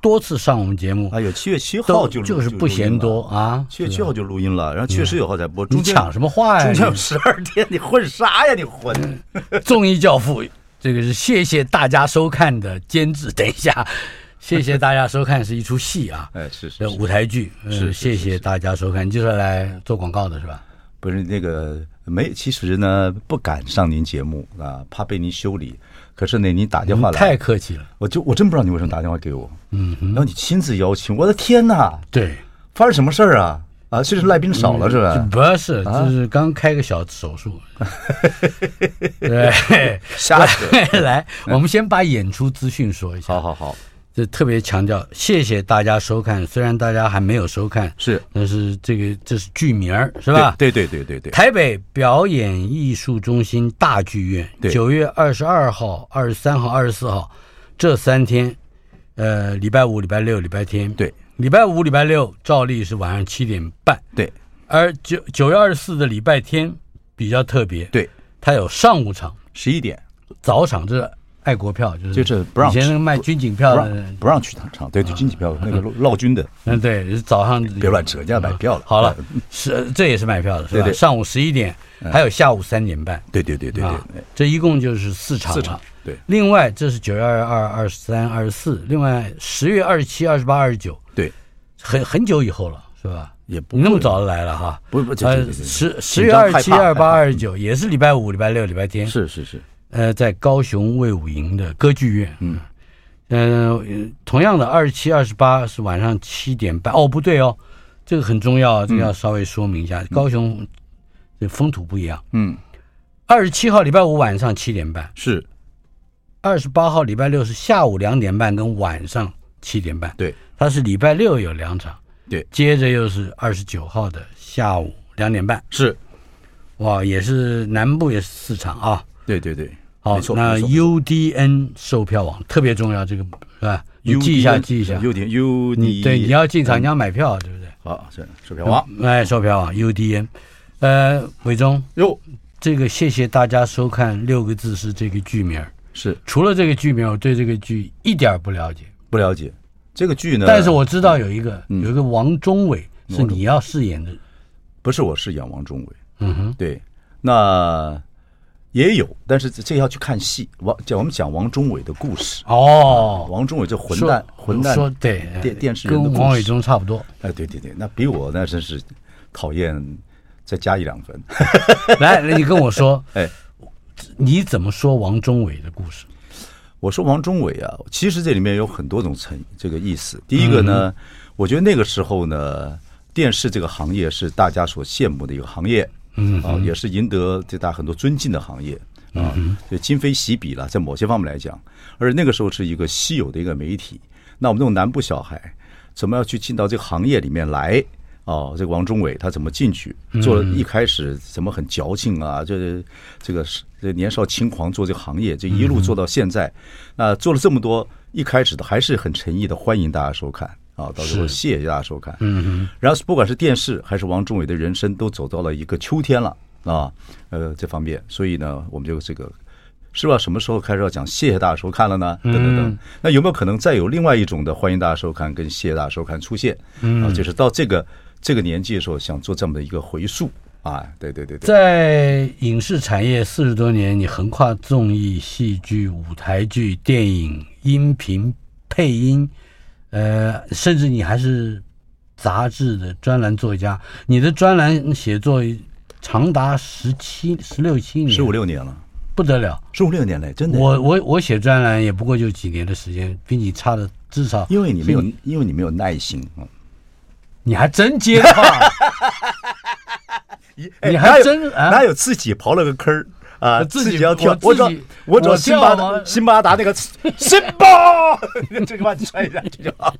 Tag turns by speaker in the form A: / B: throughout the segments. A: 多次上我们节目，
B: 啊，有七月七号
A: 都
B: 就录
A: 就是不嫌多，啊。
B: 就录音了七月七号就录音了，然后七月十九号才播。
A: 你
B: 中间
A: 抢什哎么话
B: 中间有
A: 呀？
B: 十二天，你混啥呀？你混！
A: 嗯综艺教父，这个是谢谢大家收看的监制。等一下，谢谢大家收看是一出戏啊，
B: 哎，是 是
A: 这
B: 是，
A: 舞台剧。呃
B: 是是
A: 谢谢大家收看，你就是来做广告的是吧？
B: 不是那个没，其实呢不敢上您节目啊，怕被您修理。可是呢，你打电话
A: 嗯太
B: 啊来，
A: 客气了，
B: 我就我真不知道你为什么打电话给我，嗯，然后你亲自邀请，我的天哪，
A: 对。
B: 发生什么事儿啊？啊，是不是赖冰少了是
A: 这
B: 吧？
A: 不是，嗯
B: 啊
A: 就是刚开个小手 术。对，
B: 瞎 扯。
A: 来，我们先把演出资讯说一下。
B: 好，好好，
A: 这特别强调，谢谢大家收看。虽然大家还没有收看，
B: 是
A: 但是这个这是剧名儿是吧？
B: 对对对对对对，
A: 台北表演艺术中心大剧院，
B: 对
A: 九月二十二号、二十三号、二十四号这三天，呃，礼拜五、礼拜六、礼拜天。
B: 对，
A: 礼拜五、礼拜六照例是晚上七点半。
B: 对
A: 而九九月二十四的礼拜天比较特别，，
B: 对，
A: 它有上午场、
B: 十一点
A: 早场，这是爱国票，就是
B: 就是不让
A: 以前那个卖军警票
B: 不
A: 的，
B: 让不让去场场，对对，经济票那个闹军的，
A: 嗯，对，早上
B: 别乱扯，人家买票了。
A: 好了，是这也是买票的，是吧？
B: 对对嗯
A: 上午十一点，还有下午三点半，
B: 对对对对
A: 啊
B: 对，，
A: 这一共就是四场了
B: 四场对
A: 另外这是九月二二、二十三、二十四，另外十月二十七、二十八、二十九，
B: 对，
A: 很很久以后了，是吧？
B: 也不
A: 你那么早就来了哈？
B: 不不，对对
A: 呃，
B: 对对
A: 十十
B: 紧
A: 月
B: 张
A: 二
B: 害
A: 七、
B: 怕
A: 二
B: 害
A: 八、
B: 怕
A: 二十九也是礼拜五、礼拜六、礼拜天，
B: 是是是，
A: 呃，在高雄卫武营的歌剧院，嗯，呃，同样的二十七、二十八是晚上七点半，哦，不对哦，这个很重要
B: 嗯
A: 啊，这个要稍微说明一下，高雄这风土不一样，
B: 嗯，
A: 二十七号礼拜五晚上七点半，
B: 是
A: 二十八号礼拜六是下午两点半跟晚上七点半，
B: 对
A: 它是礼拜六有两场，
B: 对
A: 接着又是二十九号的下午两点半，
B: 是，
A: 哇，也是南部也是四场啊，
B: 对对对，
A: 好
B: 没，错
A: 那
B: 没错
A: UDN 售票网特别重要，这个是吧？你记一下，记一下。
B: 优点 U
A: 你
B: D
A: 对，你要进场，你要买票，对不对？
B: 好是售票王
A: 哎，售票网 UDN，呃，伟忠，
B: 哟
A: 这个谢谢大家收看，六个字是这个剧名儿。
B: 是
A: 除了这个剧名儿，我对这个剧一点儿不了解，
B: 不了解这个剧呢，
A: 但是我知道有一个
B: 嗯
A: 有一个王中伟是你要饰演的，
B: 不是我是演王中伟，
A: 嗯哼，
B: 对，那也有，但是这这要去看戏。王讲我们讲王中伟的故事，
A: 哦，
B: 王中伟这混蛋
A: 说
B: 混蛋
A: 说对
B: 电电视人的
A: 跟
B: 故
A: 王伟
B: 事
A: 忠差不多。
B: 哎，对对对，那比我那真是讨厌，再加一两分。
A: 来，你跟我说，
B: 哎，
A: 你怎么说王中伟的故事？
B: 我说王中伟啊，其实这里面有很多种层这个意思。第一个呢，我觉得那个时候呢，电视这个行业是大家所羡慕的一个行业，嗯啊，也是赢得对大家很多尊敬的行业啊，对今非昔比了，在某些方面来讲，而那个时候是一个稀有的一个媒体。那我们这种南部小孩，怎么要去进到这个行业里面来？哦，这个王中伟他怎么进去？做了一开始怎么很矫情啊？这这个是这年少轻狂做这个行业，这一路做到现在，那做了这么多，一开始的还是很诚意的欢迎大家收看啊，到时候谢谢大家收看。嗯然后不管是电视还是王中伟的人生，都走到了一个秋天了啊，呃，这方面，所以呢，我们就这个是吧？什么时候开始要讲谢谢大家收看了呢？
C: 嗯
B: 等等等，那有没有可能再有另外一种的欢迎大家收看跟谢谢大家收看出现？嗯，啊，就是到这个这个年纪的时候，想做这么的一个回溯啊，对对对对，
A: 在影视产业四十多年，你横跨综艺、戏剧、舞台剧、电影、音频、配音，呃，甚至你还是杂志的专栏作家。你的专栏写作长达十七、十六七年，
B: 十五六年了，
A: 不得了。
B: 十五六年嘞，真的。
A: 我我我写专栏也不过就几年的时间，比你差的至少
B: 因为你没有，因为你没有耐心啊。
A: 你还真接 话，你还真啊
B: 哎
A: 啊
B: 哪有自己刨了个坑儿，啊，
C: 自己
B: 要跳，
C: 啊我
B: 我
C: 自
B: 找
C: 己
B: 我找
C: 我
B: 辛巴
C: 跳啊吗
B: 达辛巴达那个 辛巴， 这个把你穿一下去就好。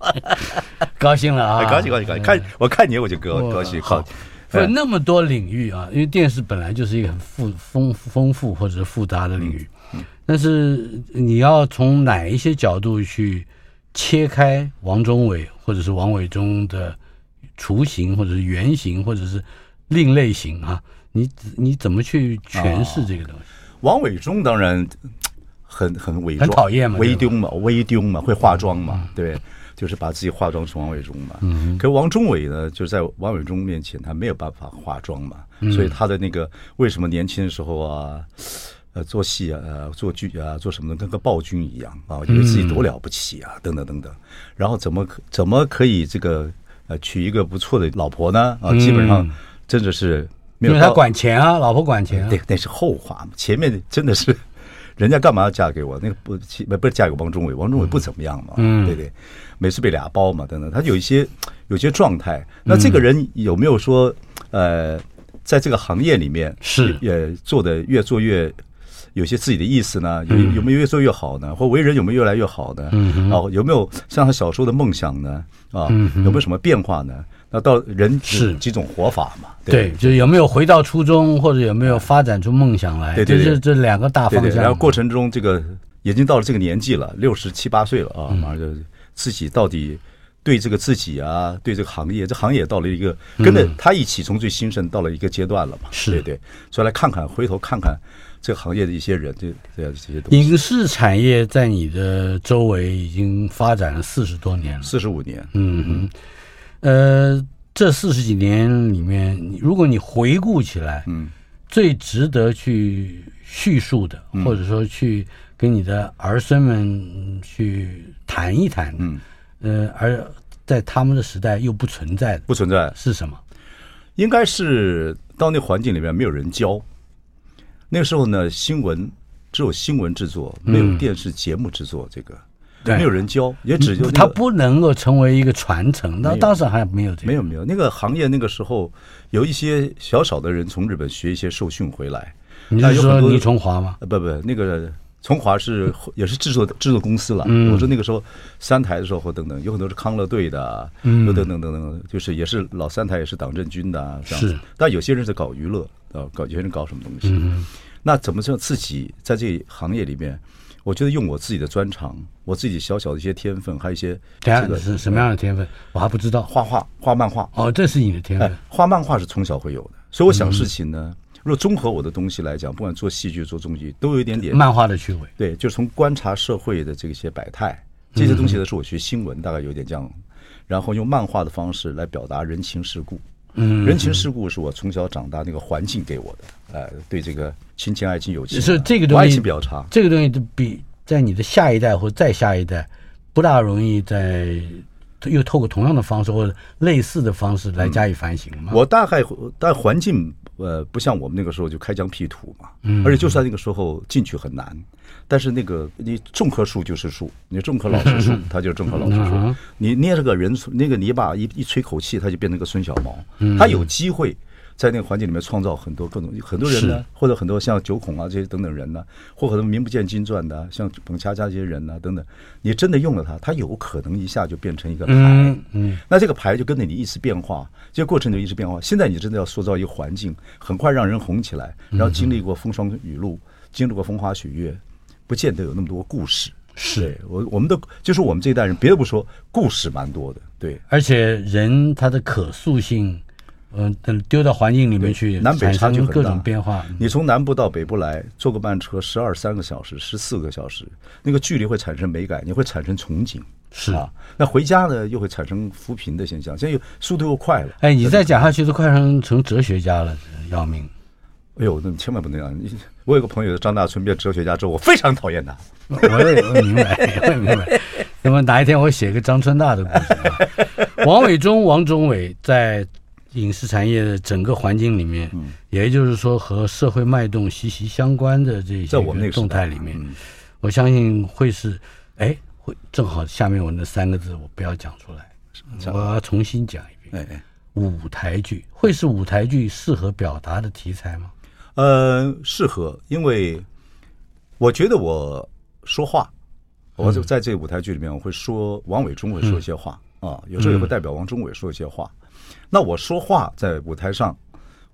A: 高兴了啊！
B: 哎高兴高兴高兴，看我看你我就高
A: 我
B: 高兴
A: 好
B: 好。
A: 不是
B: 哎
A: 那么多领域啊，因为电视本来就是一个很复丰丰富或者是复杂的领域，
B: 嗯
A: 但是你要从哪一些角度去切开王中伟或者是王伟忠的雏形，或者是原型，或者是另类型啊？你你怎么去诠释这个东西？
B: 王伟忠当然很很伪装，
A: 很讨厌嘛嗯
B: 微丢嘛，微丢嘛，会化妆嘛，对，就是把自己化妆成王伟忠嘛。嗯，可王中伟呢，就是在王伟忠面前，他没有办法化妆嘛，
A: 嗯
B: 所以他的那个为什么年轻的时候啊。呃，做戏啊，呃，做剧啊，做什么的，跟个暴君一样啊，以为自己
A: 嗯
B: 多了不起啊，等等等等。然后怎么可怎么可以这个呃娶一个不错的老婆呢？啊，基本上真的是
A: 嗯因
B: 没有
A: 为他
B: 到
A: 管钱啊，老婆管钱啊
B: 对，，那是后话嘛。前面真的是，人家干嘛要嫁给我？那个不其不是嫁给王中伟，王中伟不怎么样嘛，
A: 嗯
B: 对不对？每次被俩包嘛，等等，他有一些有些状态。那这
A: 嗯
B: 个人有没有说，呃，在这个行业里面
A: 是
B: 也做的越做越有些自己的意思呢？有
A: 嗯
B: 有没有越做越好呢？或为人有没有越来越好呢？嗯，哦，有没有像他小时候的梦想呢？啊，有没有什么变化呢？那到人
A: 嗯是
B: 有几种活法嘛？
A: 对，就是有没有回到初衷，或者有没有发展出梦想来，
B: 对
A: 这
B: 对
A: 是
B: 对
A: 这两个大
B: 对
A: 方
B: 对，
A: 向。
B: 然后过程中，这个已经到了这个年纪了，六十七八岁了啊，
A: 嗯
B: 马上就自己到底对这个自己啊，对这个行业，这行业到了一个跟着他一起从最兴盛到了一个阶段了嘛，
A: 嗯是
B: 对对，所以来看看，回头看看这个行业的一些人，这这这些东西，
A: 影视产业在你的周围已经发展了四十多年了。
B: 四十五年，
A: 嗯哼，呃，这四十几年里面，你如果你回顾起来，
B: 嗯，
A: 最值得去叙述的，
B: 嗯
A: 或者说去跟你的儿孙们去谈一谈，
B: 嗯，
A: 呃，而在他们的时代又不存在的
B: 不存在，
A: 是什么？
B: 应该是到那环境里面没有人教。那个时候呢，新闻只有新闻制作，没
A: 嗯
B: 有电视节目制作，这个
A: 对
B: 没有人教，也只有那个
A: 它不能够成为一个传承，那
B: 没有
A: 当时还没有这个，
B: 没有没有，那个行业那个时候有一些小小的人从日本学一些受训回来，
A: 你
B: 那
A: 是
B: 有很
A: 说
B: 多
A: 倪崇华吗？
B: 呃不不，那个从华是 也是制作制作公司了。我说那个时候三台的时候或等等，有很多是康乐队的，嗯，等等等等，就是也是老三台也是党政军的啊这样子
A: 是。
B: 但有些人是搞娱乐，啊，搞有些人搞什么东西。那怎么说自己在这行业里面？我觉得用我自己的专长，我自己小小的一些天分，还有一些
A: 等
B: 这
A: 下
B: 个
A: 是什么样的天分？我还不知道。
B: 画画、画漫画，
A: 哦，这是你的天分
B: 哎。，画漫画是从小会有的，所以我想事情呢，如果综合我的东西来讲，不管做戏剧、做综艺，都有一点点
A: 漫画的趣味。
B: 对，就是从观察社会的这些百态，这些东西呢是我学新闻，大概有点这样，然后用漫画的方式来表达人情世故。
A: 嗯，
B: 人情世故是我从小长大那个环境给我的，呃，对这个亲情、爱情、友情啊，
A: 是这个东西
B: 我爱情比较差，
A: 这个东西就比在你的下一代或再下一代不大容易在又透过同样的方式或者类似的方式
B: 嗯
A: 来加以反省嘛。
B: 我大概但环境呃不像我们那个时候就开疆辟土嘛，而且就算那个时候进去很难，但是那个你种棵树就是树，你种棵老树树，它就是种棵老树树。你捏了个人，那个泥巴一一吹口气，它就变成个孙小毛。他有机会在那个环境里面创造很多各种很多人呢
A: 是，
B: 或者很多像九孔啊这些等等人呢、或很多名不见经传的啊、像彭恰恰这些人呢、等等，你真的用了它，它有可能一下就变成一个牌。
A: 嗯嗯，
B: 那这个牌就跟着你一直变化，这个过程就一直变化。现在你真的要塑造一个环境，很快让人红起来，然后经历过风霜雨露，经历过风花雪月，不见得有那么多故事。
A: 是
B: 对我我们的就是我们这一代人，别的不说，故事蛮多的。对，
A: 而且人他的可塑性，嗯、丢到环境里面去，
B: 对南北差距
A: 产生
B: 很大
A: 各种变化。
B: 你从南部到北部来，坐个慢车十二三个小时、十四个小时，那个距离会产生美感，你会产生憧憬。
A: 是
B: 啊，那回家呢又会产生扶贫的现象，现在又速度又快了。
A: 哎，你再讲下去都快成成哲学家了，要命！
B: 哎呦，那千万不能让你！我有个朋友张大春变哲学家之后，我非常讨厌他。
A: 我也我也明白，我也明白。那么哪一天我写个张春大的故事啊？王伟忠、王中伟在影视产业的整个环境里面，也就是说和社会脉动息息相关的这
B: 在
A: 些
B: 我们那个时代
A: 动态里面，
B: 嗯
A: 我相信会是，哎，会正好下面我那三个字我不要讲出来，我要重新讲一遍。
B: 哎哎，
A: 舞台剧会是舞台剧适合表达的题材吗？
B: 呃，适合，因为我觉得我说话，
A: 嗯
B: 我就在这个舞台剧里面，我会说王伟忠会说一些话、
A: 嗯
B: 啊，有时候也会代表王中伟说一些话。那我说话在舞台上，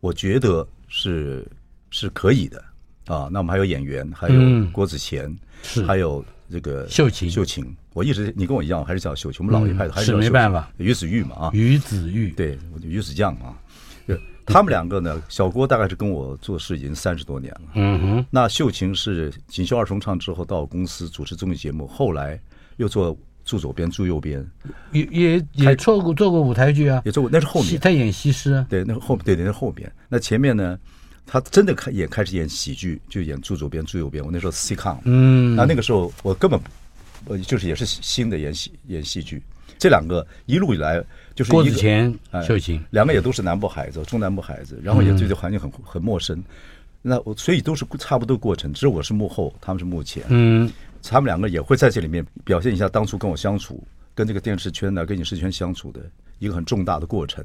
B: 我觉得是是可以的啊。那我们还有演员，还有
A: 嗯
B: 郭子乾，
A: 是
B: 还有这个
A: 秀琴嗯
B: 秀琴。我一直你跟我一样，我还是叫秀琴，我们老一派的，还
A: 是
B: 叫
A: 没
B: 秀
A: 办
B: 琴
A: 法，
B: 于子玉嘛啊，
A: 于子玉，
B: 对，我就鱼子酱啊，对，他们两个呢，小郭大概是跟我做事已经三十多年了。
A: 嗯哼，
B: 那秀琴是锦绣二重唱之后到公司主持综艺节目，后来又做住左边住右边，
A: 也也也做过做过舞台剧啊，
B: 也做过，那是后
A: 戏
B: 面，
A: 他演西施啊，
B: 对，那是后对对，那是后面。那前面呢，他真的开也开始演喜剧，就演住左边住右边。我那时候 C com，
A: 嗯，
B: 那那个时候我根本我就是也是新的演戏演戏剧，这两个一路以来就是
A: 郭
B: 一
A: 子
B: 个
A: 乾、
B: 哎
A: 秀琴，
B: 两个也都是南部孩子，中南部孩子，然后也对这环境很很陌生。那我所以都是差不多过程，只是我是幕后，他们是幕前。
A: 嗯，
B: 他们两个也会在这里面表现一下当初跟我相处，跟这个电视圈呢，跟影视圈相处的一个很重大的过程。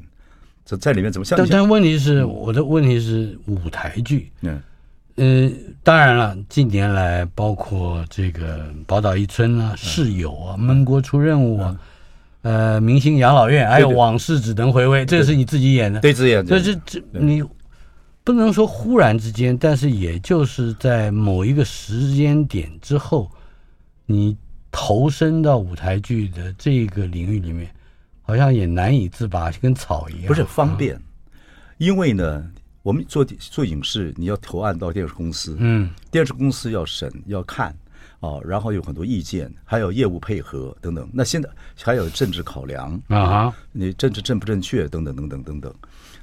B: 这在里面怎么相
A: 但
B: 像
A: 但问题是，我的问题是舞台剧，
B: 嗯
A: 嗯，当然了，近年来包括这个宝岛一村
B: 嗯
A: 啊、室友啊、闷锅出任务啊，呃，明星养老院，还有
B: 对对
A: 往事只能回味，这是你自己演的，
B: 对，子演
A: 所以这这你不能说忽然之间，但是也就是在某一个时间点之后，你投身到舞台剧的这个领域里面，好像也难以自拔，就跟草一样。
B: 不是方便，因为呢，我们做做影视，你要投案到电视公司，
A: 嗯，
B: 电视公司要审要看啊，然后有很多意见，还有业务配合等等。那现在还有政治考量，
A: 啊哈，
B: 你政治正不正确等等等等等等。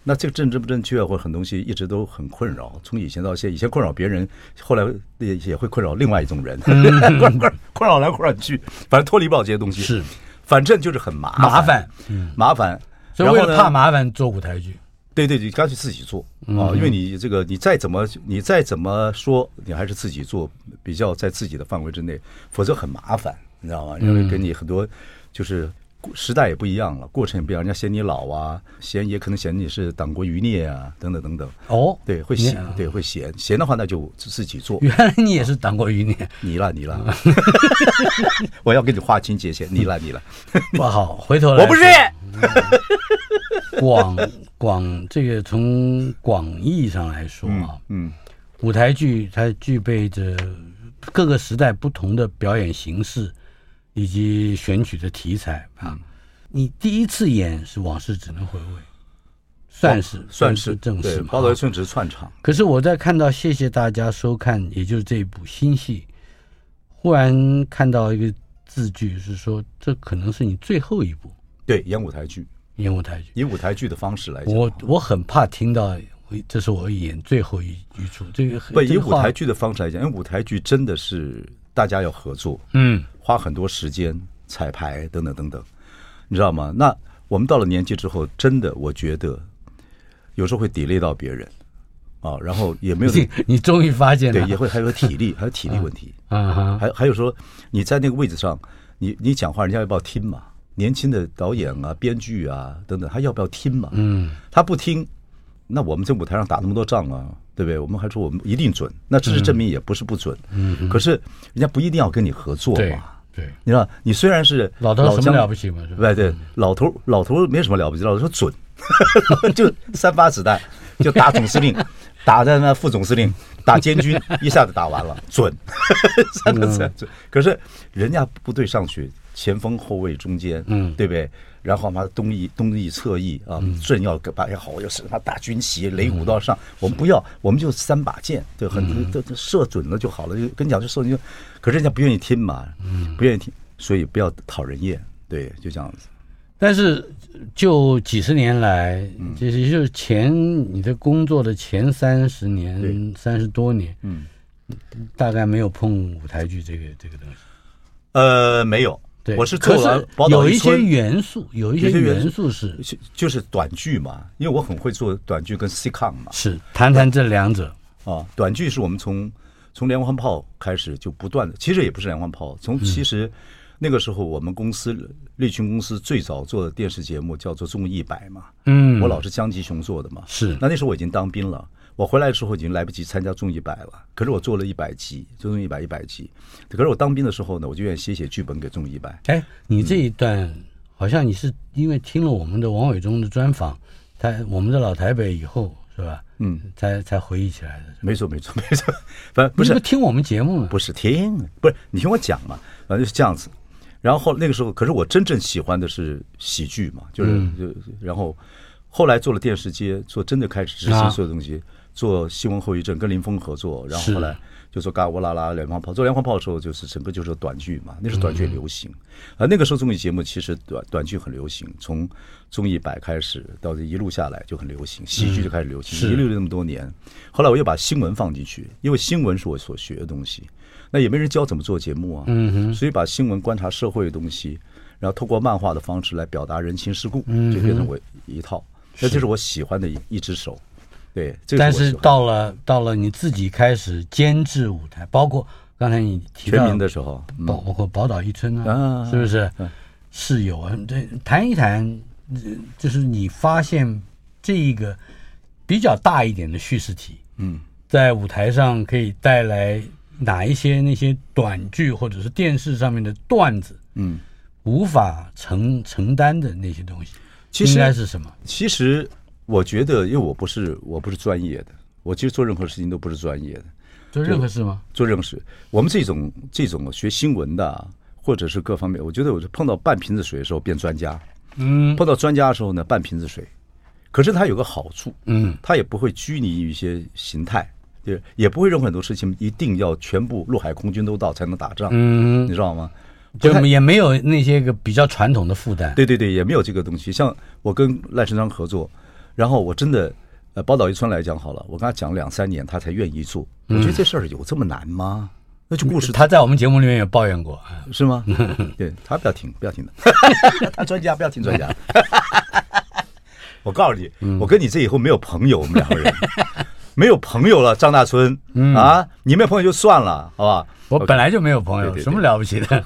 B: 那这个政治不正确或者很多东西一直都很困扰，从以前到现在，以前困扰别人，后来也也会困扰另外一种人， 困困困扰来困扰去，反正脱离不了这些东西。
A: 嗯是，
B: 反正就是很 麻
A: 麻
B: 烦
A: 烦，
B: 麻烦。
A: 所以为
B: 然后
A: 了
B: 呢
A: 怕麻烦做舞台剧，
B: 对对，你干脆自己做
A: 嗯
B: 啊，因为你这个你再怎么你再怎么说，你还是自己做比较在自己的范围之内，否则很麻烦，你知道吗？因
A: 嗯
B: 为跟你很多就是时代也不一样了，过程也不一样，人家嫌你老啊，嫌也可能嫌你是党国余孽啊，等等等等。
A: 哦，
B: 对，会
A: 你嗯
B: 嫌，对会嫌嫌的话，那就自己做，
A: 原来你也是党国余 孽。
B: 你了你了，
A: 嗯
B: 我要跟你划清界限，你了 你了，
A: 不好，回头来
B: 我不是
A: 说广广这个从广义上来说啊，
B: 嗯
A: 舞台剧它具备着各个时代不同的表演形式以及选取的题材
B: 嗯
A: 啊。你第一次演是《往事只能回味》，算是
B: 哦算是
A: 正式
B: 对，
A: 嘛
B: 包头
A: 啊
B: 一寸只是串场，
A: 可是我在看到谢谢大家收看，也就是这一部新戏，忽然看到一个字句是说，这可能是你最后一部
B: 对，演舞台剧，
A: 演舞台剧。
B: 以舞台剧的方式来讲，
A: 我我很怕听到，这是我演最后一一出，这个
B: 不
A: 这
B: 以
A: 个
B: 舞
A: 话
B: 台剧的方式来讲，因为舞台剧真的是大家要合作，
A: 嗯
B: 花很多时间彩排等等等等，你知道吗？那我们到了年纪之后，真的我觉得有时候会 delay 到别人啊，然后也没有
A: 你你终于发现
B: 对，
A: 了
B: 也会还有体力，还有体力问题，
A: 啊哈，
B: 还还有说你在那个位置上，你你讲话人家要不要听嘛？年轻的导演啊、编剧啊等等，他要不要听嘛？
A: 嗯，
B: 他不听，那我们在舞台上打那么多仗啊，对不对？我们还说我们一定准，那事实证明也不是不准。嗯，可是人家不一定要跟你合作
A: 对
B: 嘛。
A: 对，
B: 你知道，你虽然是
A: 老头什么
B: 姜
A: 了不起嘛是吧嗯
B: 对对，老头老头没什么了不起，老头准， 就三发子弹就打总司令，打在那副总司令，打监军，一下子打完了，准， 三个
A: 嗯
B: 字准。可是人家部队上去，前锋、后卫、中间，嗯，对不对？然后嘛，东翼、东翼、侧翼啊，
A: 嗯
B: 正要把也好，又是他大军旗、擂鼓都要上。我们不要，我们就三把剑，对，
A: 嗯
B: 很都都射准了就好了。就跟你讲，就射准就，可是人家不愿意听嘛，
A: 嗯
B: 不愿意听，所以不要讨人厌，对，就这样子。
A: 但是呃就几十年来，
B: 嗯
A: 这是就是前你的工作的前三十年
B: 对、
A: 三十多年，
B: 嗯，
A: 大概没有碰舞台剧这个这个东西。
B: 呃，没有，
A: 对，
B: 我是
A: 可
B: 做完
A: 是
B: 宝岛
A: 有
B: 一
A: 一些
B: 村
A: 元素，有一
B: 有些元
A: 元素是
B: 就就是短剧嘛，因为我很会做短剧跟 sitcom 嘛，
A: 是谈谈这两者，
B: 啊，短剧是我们从从连环炮开始就不断的，其实也不是连环炮，从其实那个时候我们公司利群公司最早做的电视节目叫做《综艺一百》嘛，
A: 嗯，
B: 我老是江吉雄做的嘛，
A: 是
B: 那那时候我已经当兵了，我回来的时候已经来不及参加综艺百了，可是我做了一百集，就综艺百一百集。可是我当兵的时候呢，我就愿意写写剧本给综艺百。
A: 哎，你这一段好像你是因为听了我们的王伟忠的专访，他我们的老台北以后是吧？
B: 嗯，
A: 才才回忆起来的。
B: 没错，没错，没错，反正不
A: 你
B: 是
A: 不听我们节目吗？
B: 不是听，不是你听我讲嘛，反正就是这样子。然后那个时候，可是我真正喜欢的是喜剧嘛，就是、就然后后来做了电视街，做真的开始执
A: 啊
B: 行所有东西，做新闻后遗症，跟林峰合作，然后后来就做嘎乌拉拉连环炮，做连环炮的时候就是整个就是短剧嘛，那时候短剧也流行，啊、那个时候综艺节目其实短短剧很流行，从综艺百开始到这一路下来就很流行，喜剧就开始流行，
A: 是
B: 一路那么多年，后来我又把新闻放进去，因为新闻是我所学的东西，那也没人教怎么做节目啊，嗯哼，所以把新闻观察社会的东西，然后透过漫画的方式来表达人情世故，
A: 嗯
B: 就变成我一套，那这是我喜欢的一一只手，对，这个
A: 但
B: 我喜
A: 是
B: 欢
A: 到了到了你自己开始监制舞台，包括刚才你提到
B: 全民的时候，嗯
A: 包包括宝岛一村啊，
B: 啊
A: 是不是？室友啊，对，谈一谈，呃就是你发现这一个比较大一点的叙事体，
B: 嗯，
A: 在舞台上可以带来哪一些那些短剧或者是电视上面的段子
B: 嗯。
A: 无法承承担的那些东西，
B: 其实
A: 应该是什么？
B: 其实我觉得，因为我不是我不是专业的，我其实做任何事情都不是专业的。
A: 做任何事吗？
B: 做任何事，我们这种这种学新闻的啊，或者是各方面，我觉得我是碰到半瓶子水的时候变专家，
A: 嗯
B: 碰到专家的时候呢半瓶子水。可是它有个好处，
A: 嗯，
B: 它也不会拘泥于一些形态，也也不会认为很多事情一定要全部陆海空军都到才能打仗，
A: 嗯
B: 你知道吗？不
A: 就
B: 太
A: 也没有那些个比较传统的负担。
B: 对对对，也没有这个东西。像我跟赖声川合作，然后我真的，呃，宝岛一村来讲好了，我跟他讲两三年，他才愿意做。我
A: 嗯
B: 觉得这事儿有这么难吗？那就故事
A: 他在我们节目里面也抱怨过，啊
B: 是 吗？对他不要听，不要听 的，他专家不要听专家。 嗯我告诉你，我跟你这以后没有朋友，我们两个人没有朋友了，张大春啊，你没有朋友就算了，好吧？
A: 我本来就没有朋友，
B: 对对对
A: 什么了不起 的？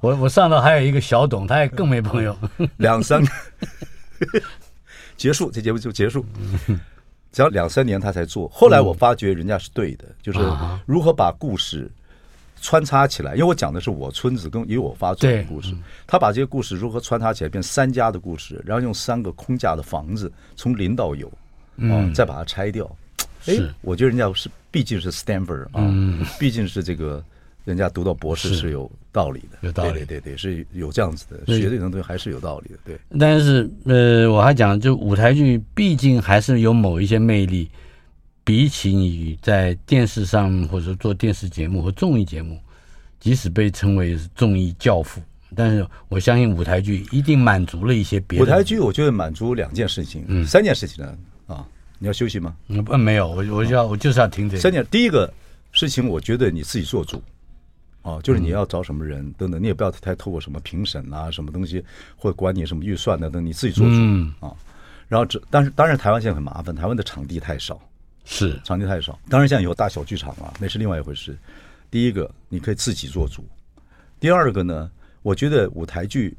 A: 我我上头还有一个小董，他也更没朋友。
B: 两三个结束，这节目就结束。只要两三年他才做，后来我发觉人家是对的，就是如何把故事穿插起来。因为我讲的是我村子跟以我发展的故事，他把这些故事如何穿插起来，变三家的故事，然后用三个空架的房子从零到有，嗯，再把它拆掉。哎
A: 是，
B: 我觉得人家是毕竟是 Stanford 啊，毕竟是这个人家读到博士是有道理的，
A: 有道理
B: 对对对，对是有这样子的，
A: 对
B: 学这种东西还是有道理的，对。
A: 但是呃，我还讲，就舞台剧毕竟还是有某一些魅力，比起你在电视上或者做电视节目和综艺节目，即使被称为是综艺教父，但是我相信舞台剧一定满足了一些别的
B: 舞台剧我觉得满足两件事情，三件事情呢啊，你要休息吗？
A: 嗯不没有，我我就要我就是要听这
B: 三
A: 个，
B: 件，第一个事情，我觉得你自己做主，啊，
A: 嗯
B: 就是你要找什么人等等，你也不要太透过什么评审啊、什么东西，或者管你什么预算的等，你自己做主、
A: 嗯
B: 啊。然后这，但是当然台湾现在很麻烦，台湾的场地太少，
A: 是
B: 场地太少。当然，现在有大小剧场了，那是另外一回事。第一个，你可以自己做主；第二个呢，我觉得舞台剧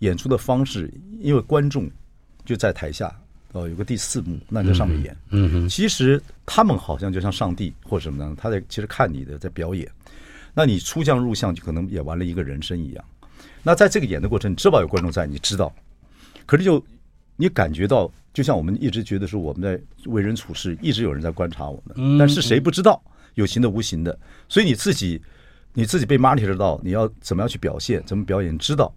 B: 演出的方式，因为观众就在台下，哦，有个第四幕，那你在上面演。嗯哼，其实他们好像就像上帝或者什么呢，他在其实看你的在表演。那你出将入相，就可能演完了一个人生一样。那在这个演的过程，你知道有观众在，你知道，可是就你感觉到，就像我们一直觉得说我们在为人处事，一直有人在观察我们，但是谁不知道，有形的无形的，所以你自己你自己被 monitor 到，你要怎么样去表现，怎么表演，知道，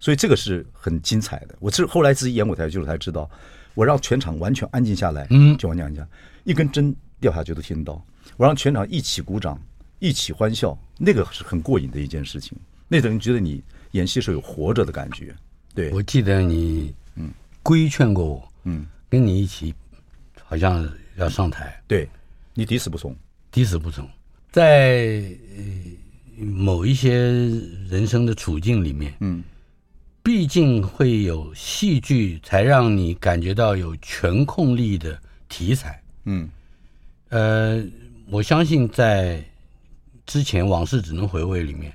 B: 所以这个是很精彩的。我是后来自己演舞台剧，我才知道，我让全场完全安静下来，嗯，就完全安静下来，一根针掉下去都听得到，我让全场一起鼓掌，一起欢笑，那个是很过瘾的一件事情，那等于觉得你演戏时候有活着的感觉，对，
A: 我记得你嗯规劝过我，嗯，跟你一起好像要上台，
B: 对，你抵死不从。
A: 抵死不从，在呃某一些人生的处境里面，
B: 嗯，
A: 毕竟会有戏剧才让你感觉到有全控力的题材，
B: 嗯
A: 呃，我相信在之前《往事只能回味》里面，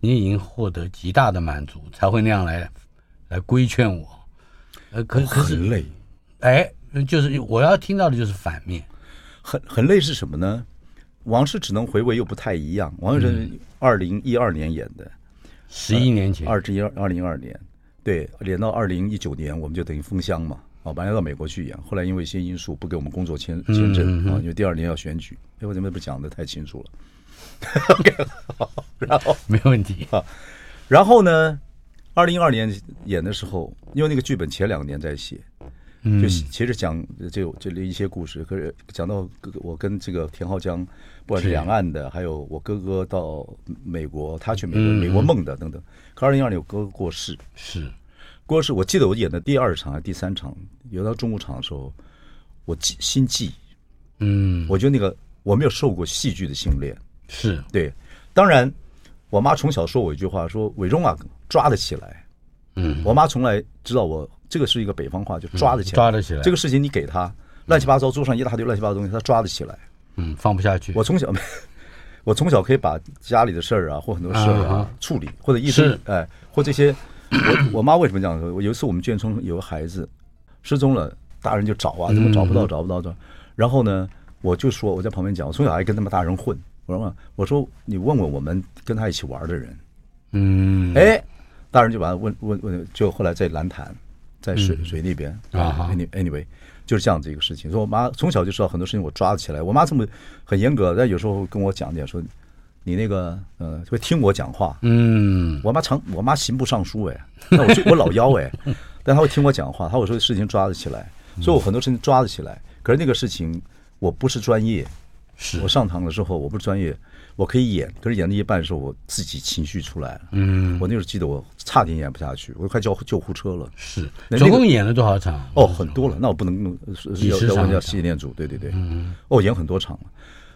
A: 你已经获得极大的满
B: 哦
A: 足，才会那样来来规劝我。呃，可可是
B: 很累，
A: 哎，呃就是我要听到的就是反面，
B: 很很累是什么呢？往事只能回味又不太一样。王岳仁
A: 嗯
B: 二零一二年演的，
A: 十一年前，
B: 二至一二零二年，对，演到二零一九年，我们就等于封箱嘛。啊，本来要到美国去演，后来因为一些因素不给我们工作签签证
A: 嗯嗯嗯
B: 啊，因为第二年要选举。哎，我怎么不讲的太清楚了？
A: 没问题。
B: 然后呢，二零一二年演的时候，因为那个剧本前两年在写，
A: 嗯
B: 就其实讲这这里一些故事，可是讲到哥哥我跟这个田浩江，不管是
A: 是
B: 两岸的，还有我哥哥到美国，他去美国
A: 嗯嗯
B: 美国梦的等等。可二零二年我哥哥过世，
A: 是，
B: 过世我记得我演的第二场还是第三场，有到中午场的时候，我记心悸，
A: 嗯，
B: 我觉得那个我没有受过戏剧的训练，
A: 是，
B: 对，当然，我妈从小说我一句话，说伟忠啊，抓得起来。
A: 嗯，
B: 我妈从来知道我这个是一个北方话，就抓得起来，
A: 抓得起来
B: 这个事情你给她乱七八糟，桌上一大堆乱七八糟东西，她抓得起来。
A: 嗯，放不下去。
B: 我从小， 我从小可以把家里的事儿啊，或很多事
A: 啊
B: 儿啊
A: 哈
B: 处理，或者一
A: 是
B: 堆哎，或这些。我我妈为什么这样说？我有一次我们眷村有个孩子失踪了，大人就找啊，
A: 嗯
B: 怎么找不到，找不到，找不到。然后呢，我就说我在旁边讲，我从小还跟他们大人混。我说嘛我说你问问我们跟他一起玩的人，
A: 嗯，
B: 哎，大人就把他问问问，就后来在蓝潭，在水、水那边
A: 啊哈
B: any- Anyway，就是这样子一个事情。所以我妈从小就知道很多事情，我抓得起来。我妈这么很严格，但有时候跟我讲点说，你那个呃，会听我讲话。
A: 嗯，
B: 我妈常我妈刑部尚书哎，那我就我老幺 哎，但她会听我讲话，她会说事情抓得起来，
A: 嗯
B: 所以我很多事情抓得起来。可是那个事情我不是专业，
A: 是
B: 我上堂的时候我不是专业，我可以演，可是演到一半的时候我自己情绪出来了。
A: 嗯，
B: 我那时候记得我差点演不下去，我都快叫救护车了。
A: 是。
B: 那
A: 总
B: 那个
A: 共演了多少场？
B: 哦，很多了，那我不能呃是是
A: 几
B: 要
A: 十
B: 要
A: 场
B: 问要
A: 场嗯
B: 训练组，对对对，哦，演很多场了。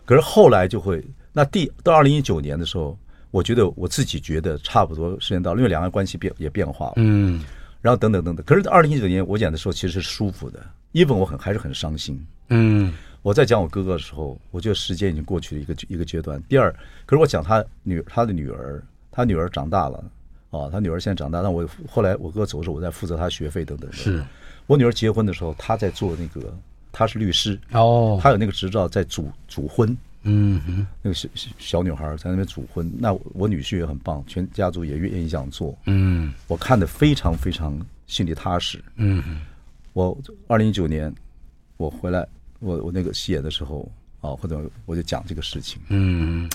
B: 可是后来就会，那第到二零一九年的时候，我觉得我自己觉得差不多时间到了，因为两岸关系变也变化了，
A: 嗯
B: 然后等等等等。可是二零一九年我演的时候其实是舒服的，even 我很还是很伤心。
A: 嗯，
B: 我在讲我哥哥的时候，我觉得时间已经过去了一个一个阶段。第二，可是我讲他女他的女儿，他女儿长大了啊，他女儿现在长大，那我后来我哥走的时候，我在负责他学费等等等。
A: 是。
B: 我女儿结婚的时候，她在做那个，她是律师，
A: 哦，
B: 她有那个执照在主主婚，
A: 嗯哼，
B: 那个小小小女孩在那边主婚。那我我女婿也很棒，全家族也愿意这样做。
A: 嗯
B: 我看得非常非常心里踏实。
A: 嗯哼，
B: 我二零一九年我回来，我我那个戏演的时候啊，或者我就讲这个事情，
A: 嗯。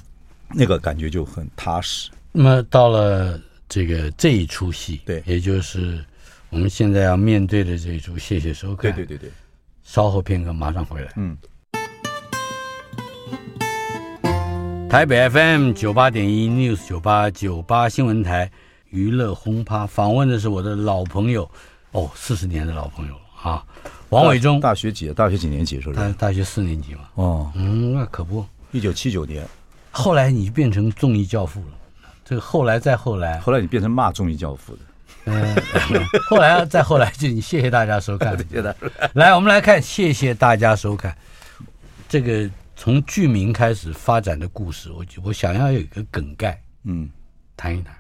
B: 那个感觉就很踏实。
A: 那么到了这个这一出戏，
B: 对
A: 也就是我们现在要面对的这一出，谢谢收看。
B: 对对，对对，
A: 稍后片刻马上回来。
B: 嗯，
A: 台北 FM 九八点一 News 九八九八新闻台娱乐轰趴访问的是我的老朋友，哦，四十年的老朋友了啊，王伟忠，
B: 大学几大学几年级是不
A: 他
B: 是？
A: 大学四年级嘛，
B: 哦，
A: 嗯，那可不。
B: 一九七九年，
A: 后来你就变成综艺教父了，这个后来再后来，
B: 后来你变成骂综艺教父的，
A: 嗯， 后来啊再后来就你谢谢大家收看。
B: 现在
A: 来，我们来看，谢谢大家收看。这个从剧名开始发展的故事，我就我想要有一个梗概，
B: 嗯
A: 谈一谈，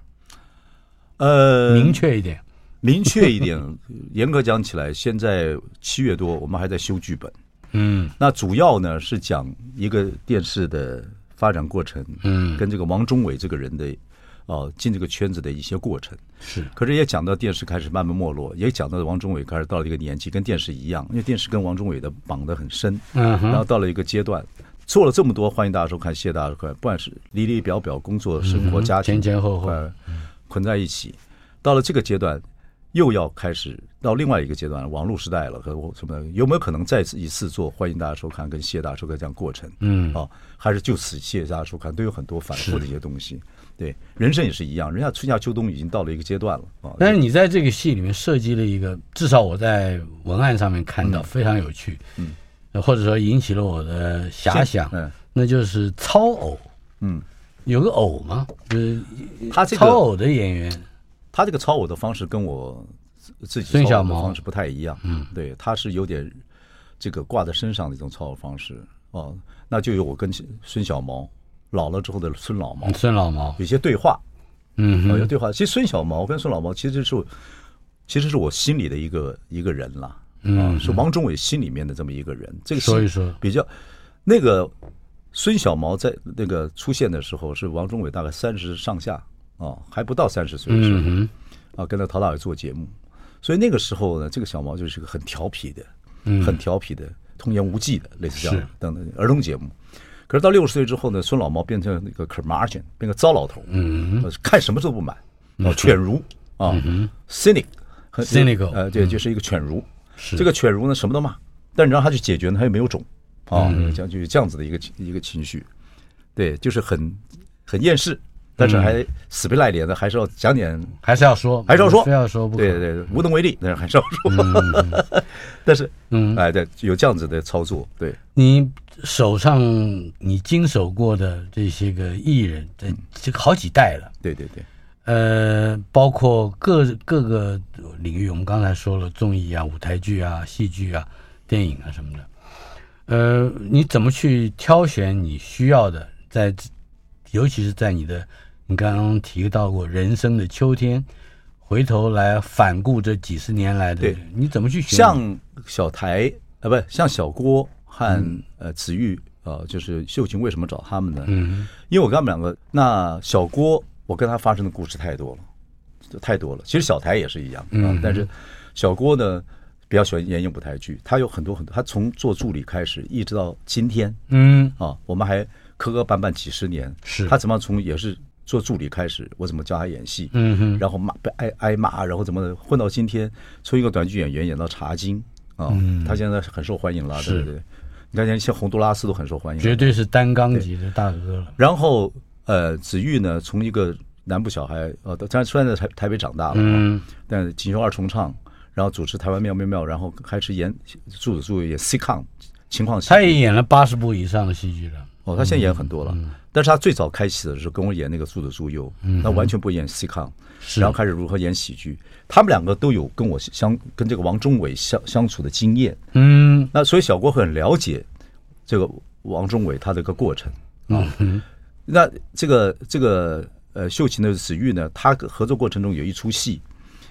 B: 呃，
A: 明确一点。
B: 明确一点， 严格讲起来，现在七月多，我们还在修剧本。
A: 嗯
B: 那主要呢是讲一个电视的发展过程，
A: 嗯，
B: 跟这个王中伟这个人的，哦、进这个圈子的一些过程。
A: 是
B: 可是也讲到电视开始慢慢没落，也讲到王中伟开始到了一个年纪，跟电视一样，因为电视跟王中伟的绑得很深。
A: 嗯
B: 然
A: 哼
B: 后到了一个阶段，做了这么多，欢迎大家收看，谢谢大家收看，不管是离离表表、工作、生活、家
A: 嗯
B: 庭、
A: 前前后后
B: 呃捆在一起。到了这个阶段，又要开始到另外一个阶段，网络时代了，和我什么的有没有可能再次一次做？欢迎大家收看跟谢大家收看这样过程。
A: 嗯
B: 哦，还是就此谢谢大家收看，都有很多反复的一些东西。对，人生也是一样，人家春夏秋冬已经到了一个阶段了啊。
A: 但是你在这个戏里面设计了一个，至少我在文案上面看到非常有趣，
B: 嗯
A: 呃，或者说引起了我的遐想，
B: 嗯
A: 那就是操偶，
B: 嗯，
A: 有个偶吗？就是
B: 他这
A: 操
B: 个
A: 偶的演员，
B: 他这个抄我的方式跟我自自己
A: 孙
B: 抄
A: 小
B: 我的
A: 毛
B: 方式不太一样，嗯，对，他是有点这个挂在身上的一种抄我方式哦，那就有我跟孙小毛老了之后的孙老毛
A: 嗯孙老毛，
B: 有些对话，
A: 嗯
B: 哦，有
A: 哼，
B: 对话。其实孙小毛跟孙老毛其实是我其实是我心里的一个一个人啦，啊，是王中伟心里面的这么一个人。这个
A: 嗯所以
B: 戏
A: 说
B: 比较那个孙小毛在那个出现的时候，是王中伟大概三十上下啊，还不到三十岁的时候。
A: 嗯
B: 啊，跟着陶大伟做节目，所以那个时候呢，这个小毛就是个很调皮的，
A: 嗯
B: 很调皮的，童言无忌的，类似这样的等等儿童节目。可是到六十岁之后呢，孙老毛变成那个 c o m m e r c i a n 变个糟老头，嗯，看什么都不买，
A: 嗯
B: 啊，犬儒啊，cynic，很
A: Cynical，嗯
B: 呃，对，就是一个犬儒。
A: 是
B: 这个犬儒呢，什么都骂，但你让他去解决呢，他又没有种
A: 嗯
B: 啊，这样就是这样子的一个情一个情绪，对，就是很很厌世，但
A: 嗯
B: 是还死皮赖脸的，还是要讲点
A: 哼，还是要说，
B: 还是要说
A: 非要说不可。
B: 对对，对无能为力，那很少数。 但是，嗯，哎，对，有这样子的操作，对，
A: 你手上你经手过的这些个艺人，这
B: 嗯
A: 这好几代了。
B: 对对对，
A: 呃，包括各各个领域，我们刚才说了综艺啊、舞台剧啊、戏剧啊、电影啊什么的。呃，你怎么去挑选你需要的？在这，尤其是在你的你刚刚提到过人生的秋天，回头来反顾这几十年来的
B: 对，
A: 你怎么去选？
B: 像小台啊，不像小郭和呃子玉啊，就是秀琴为什么找他们呢？嗯，因为我跟他们两个，那小郭我跟他发生的故事太多了，太多了。其实小台也是一样啊，但是小郭呢。比较喜欢演演舞台剧，他有很多很多，他从做助理开始，一直到今天，
A: 嗯，
B: 啊，我们还磕磕绊绊几十年，
A: 是
B: 他怎么样从也是做助理开始，我怎么教他演戏，嗯哼，然后骂被挨挨骂，然后怎么的混到今天，从一个短剧演员演到茶经啊，
A: 嗯
B: 他现在很受欢迎了，对对对，你看连像洪都拉斯都很受欢迎，
A: 绝对是担纲级的大哥了。
B: 然后呃，子玉呢，从一个南部小孩，呃，他虽然在台台北长大了，嗯，但锦绣二重唱，然后主持台湾妙妙妙，然后开始演助助演 sitcom 情况喜剧，
A: 他也演了八十部以上的戏剧了。
B: 哦，他现在演很多了，但是他最早开始的时候跟我演那个《住的猪右》，他完全不演 sitcom，然后开始如何演喜剧。他们两个都有跟我相跟这个王中伟相相处的经验，
A: 嗯，
B: 那所以小郭很了解这个王中伟他的一个过程啊。那这个这个呃，秀琴的子玉呢，他合作过程中有一出戏，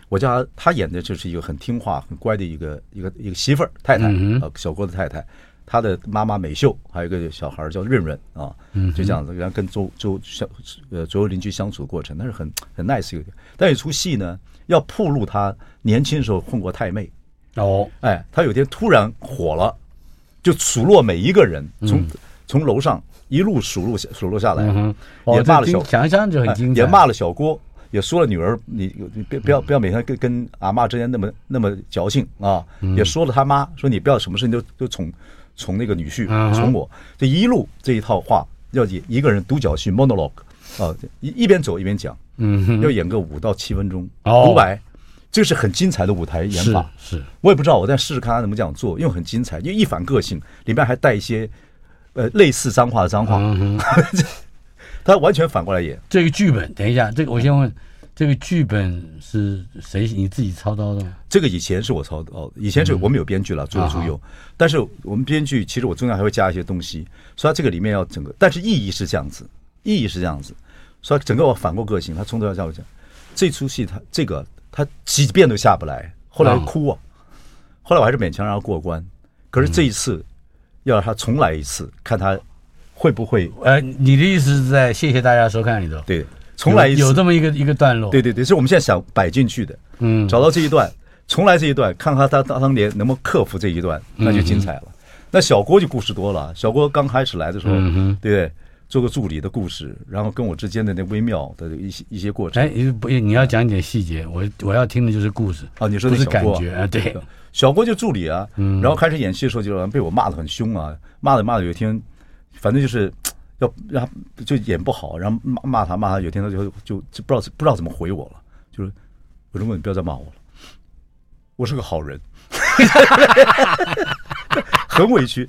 B: 我叫他他演的就是一个很听话、很乖的一个一个一个媳妇儿太太啊、
A: 嗯
B: 呃小郭的太太。她的妈妈美秀，还有一个小孩儿叫润润啊，
A: 嗯
B: 就这样子，然后跟周周相呃左右邻居相处的过程，那是很很 nice 一个。但有一出戏呢，要暴露他年轻的时候混过太妹，
A: 哦，
B: 哎，他有一天突然火了，就数落每一个人，从、
A: 嗯
B: 从楼上一路数落下数落下来，
A: 哦
B: 也骂了
A: 这
B: 小
A: 经想象就很精彩，
B: 哎也骂了小郭，也说了女儿，你你别不要不要每天跟跟阿妈之间那么那么矫情啊，
A: 嗯
B: 也说了他妈，说你不要什么事情都都宠宠那个女婿，
A: 啊
B: 宠我，这一路这一套话要一一个人独角戏 monologue 啊，一一边走一边讲，嗯，要演个五到七分钟
A: 哦
B: 独白，这是很精彩的舞台演
A: 是
B: 法。
A: 是，
B: 我也不知道，我再试试看他怎么这样做，因为很精彩，因为一反个性，里面还带一些呃类似脏话的脏话，
A: 嗯
B: 他完全反过来演。
A: 这个剧本，等一下，这个我先问，这个剧本是谁你自己操刀的吗？
B: 这个以前是我操哦，以前是
A: 嗯
B: 我们有编剧
A: 啊
B: 了，做出右，但是我们编剧其实我中间还会加一些东西，所以它这个里面要整个，但是意义是这样子，意义是这样子，所以整个我反过个性，他从头到脚讲，这出戏他这个他几遍都下不来，后来哭啊，后来我还是勉强让他过关，可是这一次要让他重来一次，看他会不会
A: 呃，你的意思是在谢谢大家收看里头，
B: 对重来一次
A: 有有这么一个一个段落，
B: 对，对对，是我们现在想摆进去的，嗯，找到这一段，重来这一段，看看他当当年能不能克服这一段，那就精彩了。那小郭就故事多了，小郭刚开始来的时候，对不对？做个助理的故事，然后跟我之间的那微妙的一些一些过程
A: 哎，你不你要讲一点细节，我我要听的就是故事
B: 啊，你说
A: 不
B: 那
A: 是
B: 小
A: 感
B: 郭啊
A: 觉啊，对，嗯
B: 小郭就助理啊，然后开始演戏的时候就好像被我骂得很凶啊，骂着骂着有一天，反正就是要让他就演不好，然后骂骂他骂他，有一天他就就就不知道不知道怎么回我了，就是我说你不要再骂我了，我是个好人， 很委屈，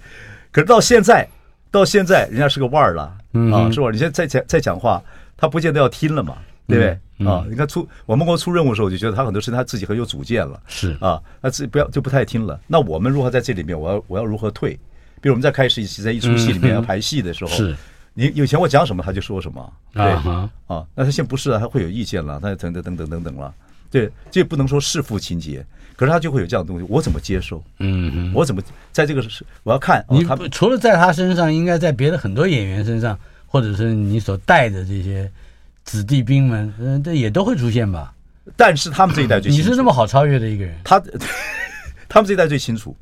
B: 可是到现在到现在人家是个腕儿了、
A: 嗯
B: 啊，是吧？你现在再讲再讲话，他不见得要听了嘛，对不对？
A: 嗯
B: 啊，你看出我们给我出任务的时候，我就觉得他很多事情他自己很有主见了，
A: 是
B: 啊，那自己不要就不太听了。那我们如何在这里面，我要我要如何退？比如我们在开始一起在一出戏里面要排戏的时候，
A: 嗯是
B: 你以前我讲什么他就说什么，对
A: 啊哈
B: 啊，那他现在不是啊，他会有意见了，他等等等等等等了对，这不能说弑父情节，可是他就会有这样的东西，我怎么接受？
A: 嗯哼。
B: 我怎么在这个是我要看哦
A: 你，
B: 他
A: 不除了在他身上，应该在别的很多演员身上，或者是你所带的这些子弟兵们，嗯、这也都会出现吧？
B: 但是他们这一代最
A: 你
B: 清楚
A: 是那么好超越的一个人
B: 他 他们这一代最清楚，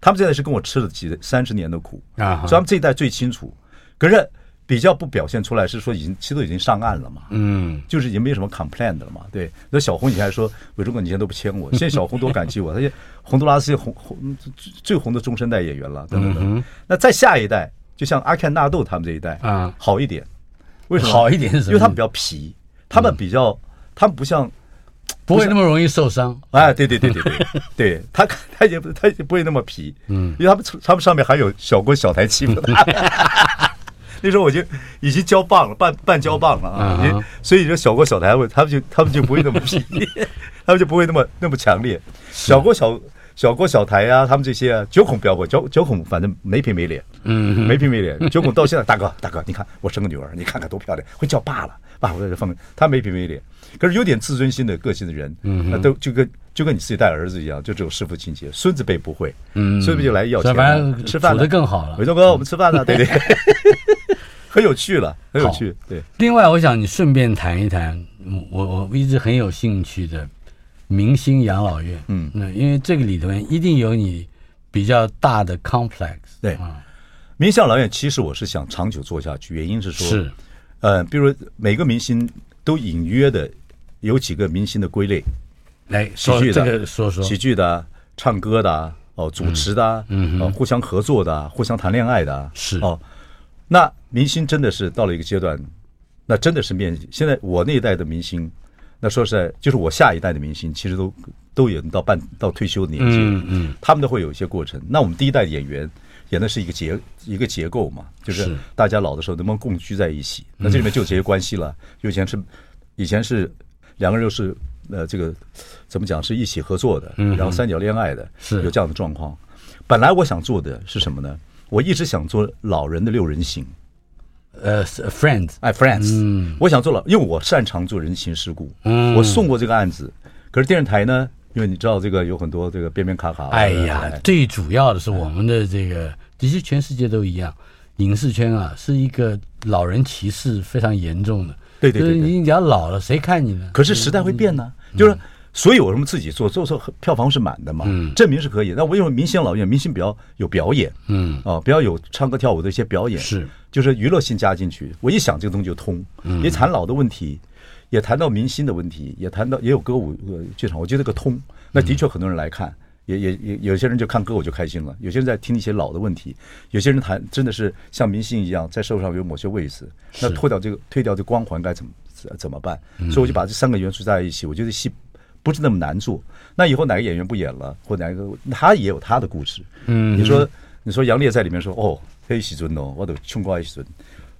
B: 他们这一代是跟我吃了几三十年的苦，
A: 啊
B: 所以
A: 哈！
B: 他们这一代最清楚。可是比较不表现出来是说已经其实都已经上岸了嘛，
A: 嗯，
B: 就是已经没什么 complain 的了嘛。对，那小红以前还说韦忠哥你以前都不签我，现在小红多感激我，他 现洪都拉斯红红最最红的中生代演员了，等等
A: 嗯
B: 等。那再下一代，就像阿肯纳豆他们这一代
A: 啊
B: 好一点，为什么
A: 好一点是什么嗯
B: 因为他们比较皮，他们比较，他们不像。
A: 不会那么容易受伤。
B: 哎，对对对对对，对他他也不他也不会那么皮，嗯，因为他们他们上面还有小郭小台欺负他。 那时候我就已经交棒了，半半交棒了啊，
A: 嗯
B: 也所以说小郭小台我他们就他们就不会 那么 皮，他们就不会那么那么强烈。小郭小小郭小台啊，他们这些啊，九孔不要过，九九孔反正没皮没脸，
A: 嗯，
B: 没皮没脸。九孔到现在，大哥大哥，你看我生个女儿，你看看多漂亮，会叫爸了，爸我在这方面他没皮没脸，可是有点自尊心的个性的人，
A: 嗯
B: 那都就跟就跟你自己带儿子一样，就只有弑父情节，孙子辈不会，
A: 嗯
B: 孙子辈就来要
A: 所
B: 钱
A: 以反正
B: 了，吃饭
A: 处
B: 了
A: 得更好了
B: 伟。东哥，我们 吃饭了，对对，很有趣了，很有趣，对，
A: 另外，我想你顺便谈一谈，嗯我我一直很有兴趣的明星养老院。
B: 嗯
A: 那因为这个里头一定有你比较大的 complex。
B: 对
A: 啊，
B: 明星养老院其实我是想长久做下去，原因是说
A: 是，
B: 呃，比如每个明星都隐约的有几个明星的归类，
A: 来
B: 喜
A: 说
B: 剧
A: 这
B: 的
A: 个说说。
B: 喜剧的啊、唱歌的啊、哦，主持的啊，嗯哦，互相合作的啊，互相谈恋爱的啊，
A: 是
B: 哦。那明星真的是到了一个阶段，那真的是面现在我那一代的明星，那说实在，就是我下一代的明星，其实都都有到半到退休的年纪，
A: 嗯嗯，
B: 他们都会有一些过程。那我们第一代演员演的是一个结一个结构嘛，就是
A: 是嗯
B: 大家老的时候能不能共居在一起？那这里面就有这些关系了。有以前是以前是两个人又是呃这个怎么讲是一起合作的，然后三角恋爱的，
A: 嗯是
B: 有这样的状况。本来我想做的是什么呢？我一直想做老人的六人行，
A: 呃是，Friends，
B: 哎，Friends，、我想做了，因为我擅长做人情世故，
A: 嗯
B: 我送过这个案子，可是电视台呢，因为你知道这个有很多这个边边卡卡，
A: 哎呀，最主要的是我们的这个，其实全世界都一样，影视圈啊是一个老人歧视非常严重的。
B: 对对对对
A: 就是你只要老了，谁看你呢？
B: 可是时代会变呢，
A: 嗯
B: 就是所以我们自己做做做票房是满的嘛，证明是可以。那我因为明星老演，明星比较有表演，
A: 嗯，
B: 啊，比较有唱歌跳舞的一些表演，
A: 是
B: 就是娱乐性加进去。我一想这个东西就通，也谈老的问题，也谈到明星的问题，也谈到也有歌舞呃剧场，我觉得这个通。那的确很多人来看。也也也，有些人就看歌舞就开心了，有些人在听一些老的问题，有些人谈真的是像明星一样在社会上有某些位置，那脱掉这个退掉这光环该怎么怎怎么办？所以我就把这三个元素在一起，我觉得戏不是那么难做。那以后哪个演员不演了，或哪个他也有他的故事。嗯，你说你说杨烈在里面说哦，黑喜尊哦，我都穷瓜一尊。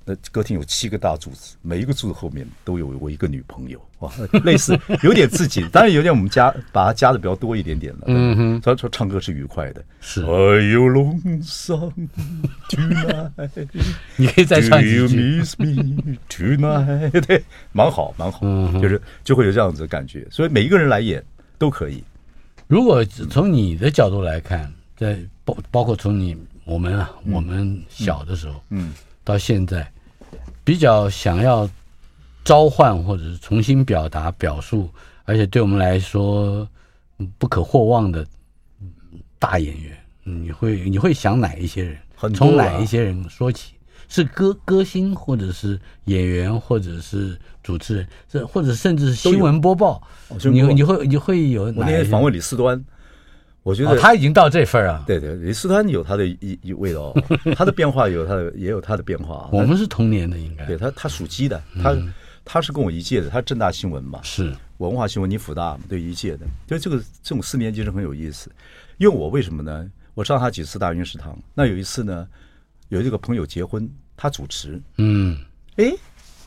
B: 那歌厅有七个大柱子，每一个柱子后面都有我一个女朋友，哇，类似有点自己，当然有点我们加把它加的比较多一点点了。嗯哼，他说唱歌是愉快的，
A: 是
B: 还有龙桑 tonight。
A: 你可以再唱
B: Do
A: 几
B: you
A: 句。
B: miss me tonight？对， 蛮好，蛮好，
A: 嗯
B: 就是就会有这样子的感觉。所以每一个人来演都可以。
A: 如果从你的角度来看，在包包括从你我们啊，我们小的时候，
B: 嗯，
A: 到现在，比较想要召唤或者是重新表达表述，而且对我们来说嗯不可或忘的嗯大演员，嗯你会你会想哪一些人？
B: 很多啊
A: 从哪一些人说起？是歌歌星，或者是演员，或者是主持人，这或者甚至是新闻播报，
B: 哦新闻
A: 你
B: 播报
A: 你会你会有
B: 我
A: 哪
B: 那
A: 一些
B: 天访问李四端，我觉
A: 哦
B: 得、
A: 他已经到这份儿啊。
B: 对对，李四端有他的一一 味道，他的变化有他的，也有他的变化啊。
A: 我们是同年的，应该
B: 对他，他属鸡的，他、
A: 嗯
B: 他是跟我一届的，他正大新闻嘛，
A: 是
B: 文化新闻，你辅大嘛，对一届的，就这个这种四年级是很有意思。因为我为什么呢？我上他几次大云食堂，那有一次呢，有一个朋友结婚，他主持，
A: 嗯
B: 哎，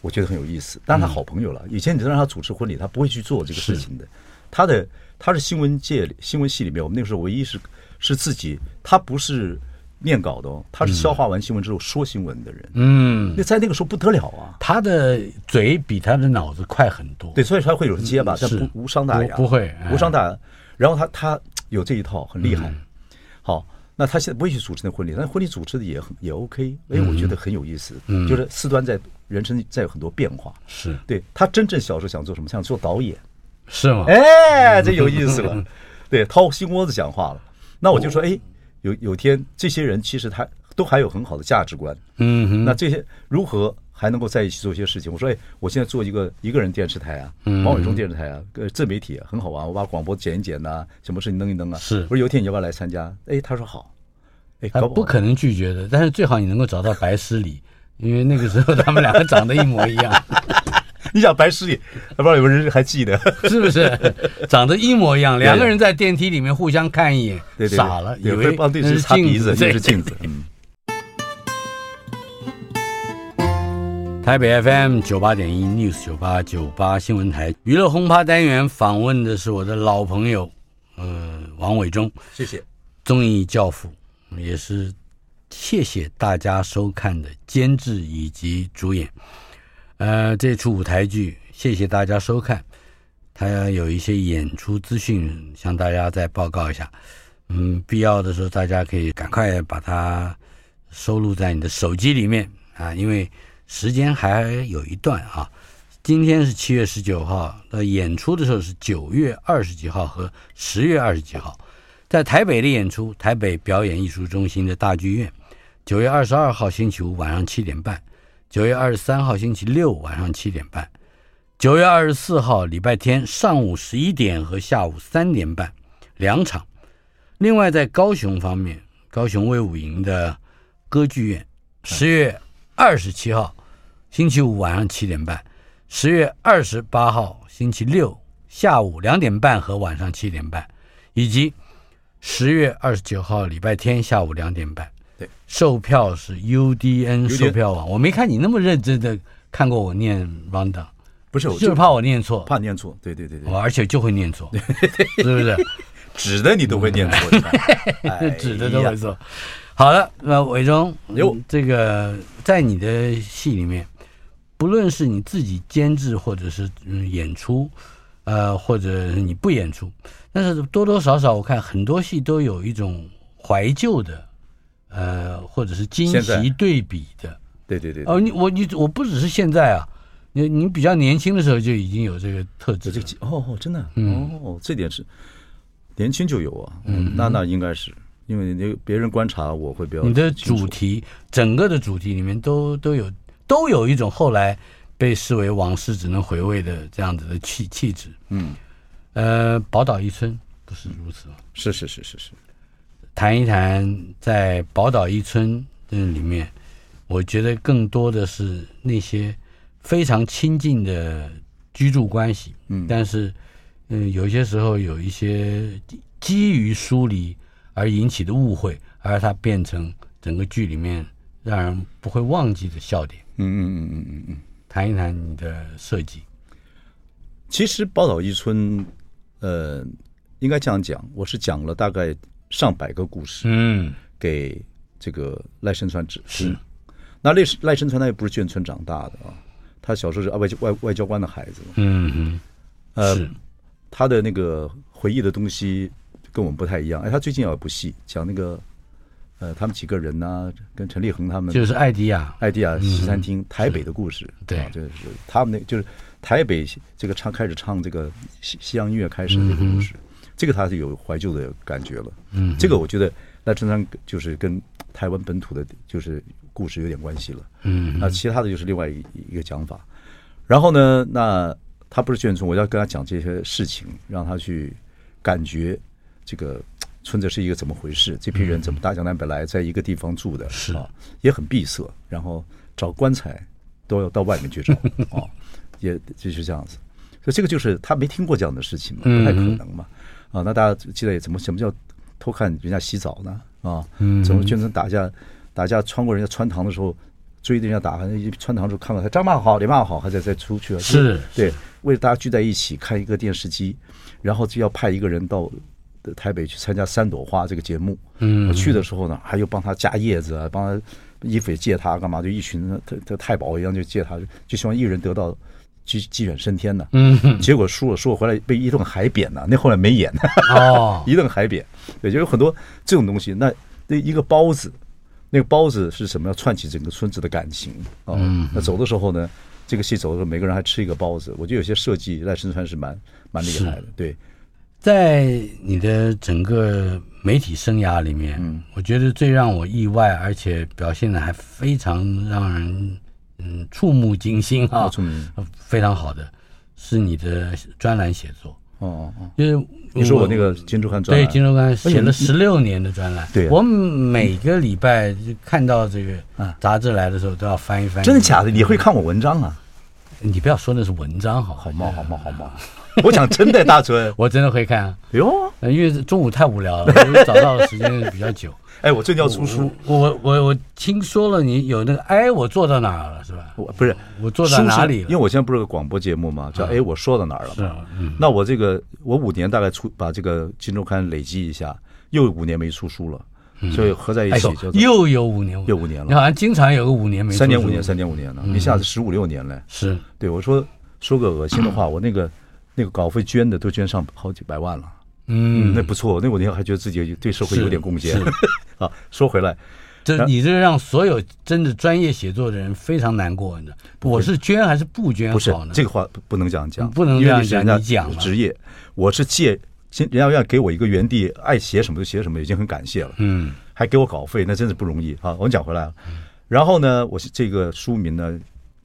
B: 我觉得很有意思。当然，他好朋友了。以前你让他主持婚礼，他不会去做这个事情的。他的他是新闻界里新闻系里面，我们那个时候唯一是是自己，他不是念稿的哦，他是消化完新闻之后说新闻的人。
A: 嗯，
B: 那在那个时候不得了啊，
A: 他的嘴比他的脑子快很多。
B: 对，所以才会有人结巴，但
A: 嗯是
B: 不无伤大雅，
A: 不不会哎嗯
B: 无伤大雅。然后他他有这一套，很厉害。好，那他现在不会去主持那婚礼，但婚礼主持的也很也 OK，哎，
A: 嗯
B: 我觉得很有意思。就是四端在人生在有很多变化。
A: 是
B: 对他真正小时候想做什么？想做导演。
A: 是吗？
B: 哎，这有意 思了，对，掏心窝子讲话了。那我就
A: 哦
B: 说，哎，有有天这些人其实他都还有很好的价值观，
A: 嗯哼，
B: 那这些如何还能够在一起做一些事情？我说，哎，我现在做一个一个人电视台啊，
A: 嗯
B: 王伟忠电视台啊，呃，自媒体、啊、很好玩，我把广播剪一剪呐、什么事情弄一弄啊。
A: 是
B: 我说有一天你要不要来参加？哎，他说好。哎，
A: 他
B: 搞好
A: 不可能拒绝的，但是最好你能够找到白诗礼，因为那个时候他们两个长得一模一 样，
B: 你想白诗里，还不知道有没有人还记得？
A: 是不是？长得一模一样，两个人在电梯里面互相看一眼，
B: 对对对，
A: 傻了，以
B: 对，会
A: 为
B: 帮对
A: 那
B: 方
A: 是
B: 擦鼻
A: 镜
B: 子，
A: 子，
B: 那
A: 对
B: 是镜子。嗯，
A: 台北 FM 九八点一 News 九八九八新闻台娱乐轰趴单元访问的是我的老朋友，呃，王伟忠，
B: 谢谢。
A: 综艺教父，也是谢谢大家收看的监制以及主演。呃，这出舞台剧谢谢大家收看，它有一些演出资讯向大家再报告一下。嗯，必要的时候大家可以赶快把它收录在你的手机里面啊，因为时间还有一段啊。今天是七月十九号，那演出的时候是九月二十几号和十月二十几号。在台北的演出，台北表演艺术中心的大剧院，九月二十二号星期五晚上七点半，九月二十三号星期六晚上七点半，九月二十四号礼拜天上午十一点和下午三点半两场。另外，在高雄方面，高雄卫武营的歌剧院，十月二十七号星期五晚上七点半，十月二十八号星期六下午两点半和晚上七点半，以及十月二十九号礼拜天下午两点半。
B: 对，
A: 售票是 UDN 售票网。我没看你那么认真的看过我念 round，
B: 不是，我
A: 就是怕我哦念错，
B: 怕念错。对对对对
A: 我。而且就会念 错，是不是？
B: 指的你都会 念错，你看哎呀
A: 指的都会做。好了，那伟忠，
B: 哟
A: 嗯这个在你的戏里面，不论是你自己监制，或者是嗯演出，呃，或者是你不演出，但是多多少少我看很多戏都有一种怀旧的，呃，或者是惊
B: 现
A: 喜
B: 在
A: 对比的。
B: 对对对，对
A: 哦，你我你我不只是现在啊，你你比较年轻的时候就已经有这个特质
B: 有这
A: 了
B: 个，哦哦，真的，
A: 嗯
B: 哦，这点是年轻就有啊，嗯，那那应该是因为那个别人观察我会比较
A: 你的
B: 清楚
A: 主题，整个的主题里面都都有都有一种后来被视为往事只能回味的这样子的气气质。
B: 嗯，
A: 呃，宝岛一村不是如此吗？
B: 是是是是是，
A: 谈一谈在宝岛一村这里面，我觉得更多的是那些非常亲近的居住关系，嗯，但是，嗯，有些时候有一些基于疏离而引起的误会，而它变成整个剧里面让人不会忘记的笑点。
B: 嗯嗯嗯嗯嗯嗯。
A: 谈一谈你的设计，
B: 其实宝岛一村，呃，应该这样讲，我是讲了大概上百个故事
A: 嗯，
B: 给这个赖声川指是，那赖赖声川他也不是眷村长大的啊，他小时候是外交外外交官的孩子嘛，
A: 嗯
B: 呃
A: 是，
B: 他的那个回忆的东西跟我们不太一样。哎，他最近有一部戏讲那个，呃，他们几个人呐，跟陈立恒他
A: 哼，
B: 们，
A: 就是艾迪亚，
B: 艾迪亚西餐啊厅、台北的故事，
A: 嗯对
B: 啊就是他们那就是台北这个唱开始唱这个西西洋音乐开始的这个故
A: 嗯
B: 事，这个他是有怀旧的感觉了。嗯，这个我觉得赖春山就是跟台湾本土的，就是故事有点关系了。
A: 嗯，
B: 那其他的就是另外一一个讲法。然后呢，那他不是眷村，我要跟他讲这些事情，让他去感觉这个村子是一个怎么回事，这批人怎么大江南北来，在一个地方住的，
A: 是
B: 啊，也很闭塞，然后找棺材都要到外面去找啊，也就是这样子。所以这个就是他没听过这样的事情嘛，不太可能嘛。啊，那大家记得怎么什么叫偷看人家洗澡呢？啊，怎么眷村打架打架穿过人家穿堂的时候追着人家打，好像一穿堂的时候看到他张骂好李骂好，还在再出去啊，
A: 是
B: 对，为了大家聚在一起看一个电视机，然后就要派一个人到台北去参加《三朵花》这个节目。
A: 嗯
B: 我去的时候呢，还有帮他夹叶子啊，帮他衣服也借他干嘛？就一群他他太保一样就借他，就希望一人得到鸡鸡犬升天呢。
A: 嗯哼
B: 结果输了，输了回来被一顿海扁呢。那后来没演，
A: 哦，
B: 一顿海扁，也就有很多这种东西。那那一个包子，那个包子是什么？要串起整个村子的感情啊、
A: 嗯
B: 那走的时候呢，这个戏走的时候，每个人还吃一个包子。我觉得有些设计赖声川是蛮蛮厉害的，对，
A: 在你的整个媒体生涯里面，
B: 嗯
A: 我觉得最让我意外，而且表现的还非常让人嗯触目惊心啊
B: 啊，，出名。
A: 非常好的，是你的专栏写作，
B: 哦哦哦，
A: 就是
B: 你说我那个金周刊专
A: 对
B: 栏，
A: 金周刊写了
B: 哎
A: 十六年的专栏，
B: 对啊
A: 我每个礼拜就看到这个杂志来的时候都要翻一翻，
B: 嗯真的假的？你会看我文章啊？
A: 你不要说那是文章好，
B: 好嘛好嘛好嘛！我讲真的，大 春。
A: 我真的会看啊，
B: 哎呦，
A: 呃因为中午太无聊了，我就找到的时间比较久。
B: 哎，我最近要出书，
A: 我我我我听说了，你有那个哎，我做到哪儿了是吧？
B: 我不是
A: 我做到
B: 书
A: 哪
B: 是
A: 里
B: 因为
A: 了？啊
B: 我现在不是有个广播节目嘛，叫哎，我说到哪儿了嘛？
A: 是啊，嗯，
B: 那我这个我五年大概出把这个《金周刊》累积一下，又五年没出书了，所以合在一
A: 哎
B: 起
A: 呦
B: 就
A: 又有五年，
B: 又五年了
A: 你好像经常有个五年没
B: 三年
A: 出
B: 五
A: 书嗯
B: 年三年五年了，一下子十五六年了。
A: 是
B: 对我说说个恶心的话，我那个那个稿费捐的都捐上好几百万了，
A: 嗯，
B: 那不错，那我那还觉得自己对社会
A: 是
B: 有点贡献
A: 是
B: 啊。说回来，
A: 这你这让所有真的专业写作的人非常难过，你知道？我是捐还是不捐
B: 不是
A: 好呢？
B: 这个话不不能这样讲，
A: 不能
B: 因
A: 这
B: 为
A: 样
B: 是
A: 讲
B: 人家
A: 你讲吧
B: 职业，我是借。先人家要给我一个原地，爱写什么就写什么，已经很感谢了。
A: 嗯
B: 还给我稿费，那真是不容易啊！我们讲回来了，然后呢，我是这个书名呢，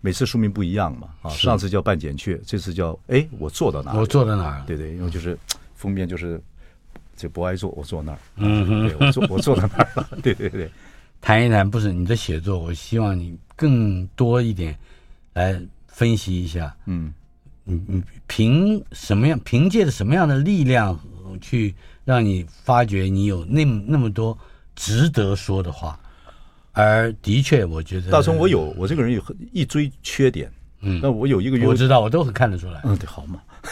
B: 每次书名不一样嘛啊，上次叫半减却，这次叫哎，我做到哪里？
A: 我做到哪儿了？
B: 对对，因为就是封面就是这不爱做，我坐那儿，
A: 嗯哼，
B: 对我坐我坐到那儿了， 对对对，
A: 谈一谈，不是你的写作，我希望你更多一点来分析一下。
B: 嗯，
A: 你你凭什么样？凭借着什么样的力量呃去让你发觉你有那么那么多值得说的话？而的确，我觉得
B: 大聪，我有我这个人有很一追缺点，
A: 嗯
B: 那我有一个优
A: 我知道，我都很看得出来。
B: 嗯，对，好嘛。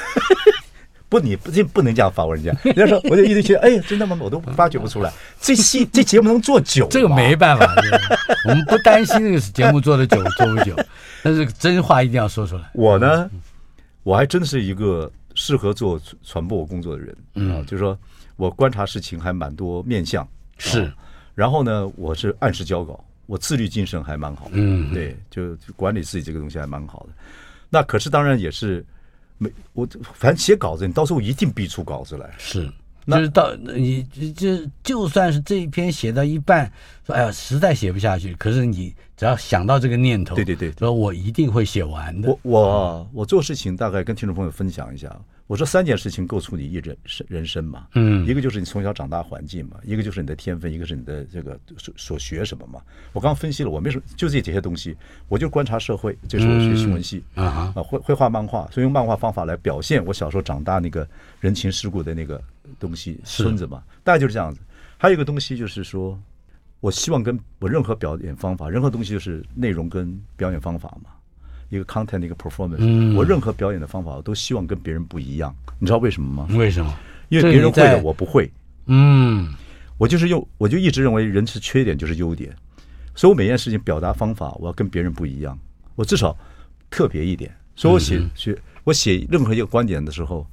B: 不，你不这不能这样反问人家。人家说，我就一直觉得，哎，真的吗？我都发觉不出来。这戏这节目能做久，
A: 这个没办法，这个 我们不担心这个节目做的久做不久，但是真话一定要说出来。
B: 我呢，我还真是一个适合做传传播工作的人，啊，就是说我观察事情还蛮多面向，
A: 是，
B: 然后呢，我是按时交稿，我自律精神还蛮好，
A: 嗯
B: 对，就就管理自己这个东西还蛮好的。那可是当然也是没我，反正写稿子，你到时候一定逼出稿子来，
A: 是，
B: 那
A: 就是到你就就算是这一篇写到一半，说哎呀实在写不下去，可是你只要想到这个念头，
B: 对对对
A: 说我一定会写完的。啊
B: 我我我做事情大概跟听众朋友分享一下，我说三件事情构筑你一人生人生嘛，
A: 嗯
B: 一个就是你从小长大环境嘛，一个就是你的天分，一个是你的这个所所学什么嘛。我刚分析了，我没什么，就这几些东西，我就观察社会，这是我学新闻系。
A: 啊哈，
B: 啊，绘绘画漫画，所以用漫画方法来表现我小时候长大那个人情世故的那个东西，村子嘛，大概就是这样子。还有一个东西就是说，我希望跟我任何表演方法，任何东西就是内容跟表演方法嘛，一个 content 一个 performance，、我
A: 嗯
B: 任何表演的方法我都希望跟别人不一样，你知道为什么吗？
A: 为什么？
B: 因为别人会
A: 这个
B: 的
A: 你在
B: 我不会，
A: 嗯，
B: 我就是用，我就一直认为人是缺点就是优点，所以我每件事情表达方法我要跟别人不一样，我至少特别一点。所以我
A: 嗯
B: 写写我写任何一个观点的时候，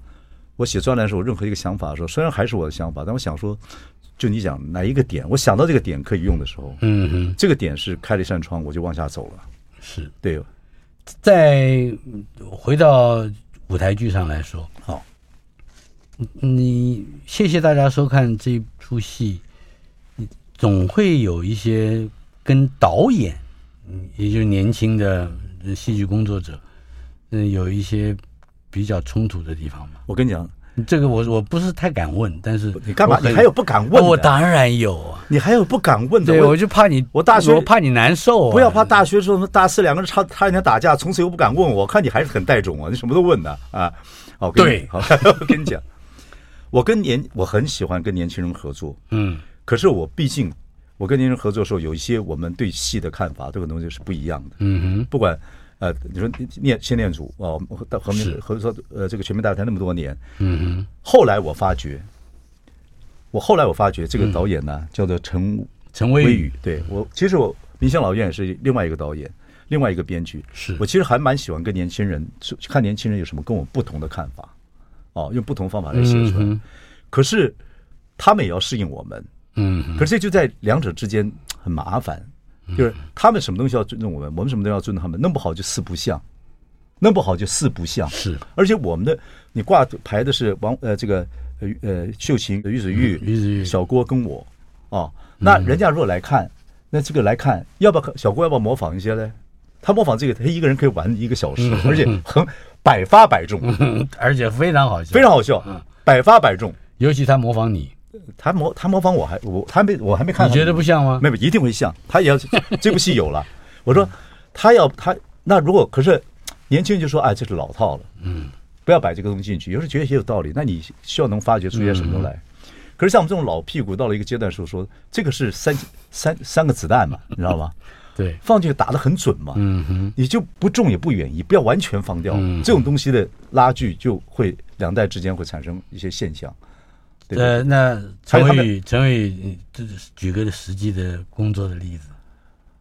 B: 我写专栏的时候，任何一个想法的时候，虽然还是我的想法，但我想说，就你讲哪一个点，我想到这个点可以用的时候，
A: 嗯哼，
B: 这个点是开了一扇窗，我就往下走了。
A: 是
B: 对，
A: 在回到舞台剧上来说，
B: 好，
A: 你谢谢大家收看这出戏，你总会有一些跟导演，嗯，也就是年轻的呃戏剧工作者，嗯，有一些比较冲突的地方嘛。
B: 我跟你讲，
A: 这个我我不是太敢问，但是
B: 你干嘛
A: 我很
B: 你还有不敢问的
A: 我当然有啊，
B: 你还有不敢问的？
A: 对，
B: 我
A: 我就怕你，
B: 我大学
A: 我怕你难受、啊，
B: 不要怕大学说什么大四两个人差差一点打架，从此又不敢问我，我看你还是很带种啊，你什么都问的啊。哦，跟你
A: 对
B: 好， 我跟你讲，我跟年我很喜欢跟年轻人合作，
A: 嗯，
B: 可是我毕竟我跟年轻人合作的时候，有一些我们对戏的看法，对很多东西是不一样的。
A: 嗯
B: 不管呃，你说念先念祖哦，我们到和
A: 是
B: 合作呃这个全民大舞台那么多年，
A: 哼，嗯哼，
B: 后来我发觉，我后来我发觉这
A: 嗯
B: 个导演呢、叫做陈
A: 陈威
B: 微
A: 宇
B: 宇，对我其实我明星老院也是另外一个导演，另外一个编剧。
A: 是
B: 我其实还蛮喜欢跟年轻人看年轻人有什么跟我不同的看法，哦，用不同方法来写出来。
A: 嗯
B: 可是他们也要适应我们，
A: 嗯哼
B: 可是这就在两者之间很麻烦，就是他们什么东西要尊重我们，我们什么东西要尊重他们，弄不好就四不像，弄不好就四不像。
A: 是
B: 而且我们的你挂牌的是王呃这个呃呃秀琴、于子玉、
A: 于子玉嗯
B: 小郭跟我哦，那人家如果来看，那这个来看，要不要小郭要不要模仿一些呢？他模仿这个，他一个人可以玩一个小时，而且很百发 百中，
A: 嗯，而且非常好笑，
B: 非常好笑，百发百中。
A: 尤其他模仿你，
B: 他模他模仿我还我他没我还没看，
A: 你觉得不像吗？
B: 没有一定会像他也要 这部戏有了。我说他要他那如果可是年轻人就说哎这是老套了，嗯，不要摆这个东西进去。有时候觉得也有道理，那你需要能发掘出些什么
A: 嗯
B: 来。可是像我们这种老屁股，到了一个阶段的时候说，这个是三三三个子弹嘛，你知道吗？
A: 对，
B: 放进去打得很准嘛，
A: 嗯哼，嗯
B: 你就不重也不远移，不要完全放掉。这种东西的拉锯就会两代之间会产生一些现象。对不对
A: 呃，那
B: 还
A: 陈
B: 有他
A: 伟宇，陈伟宇，你这是举个实际的工作的例子，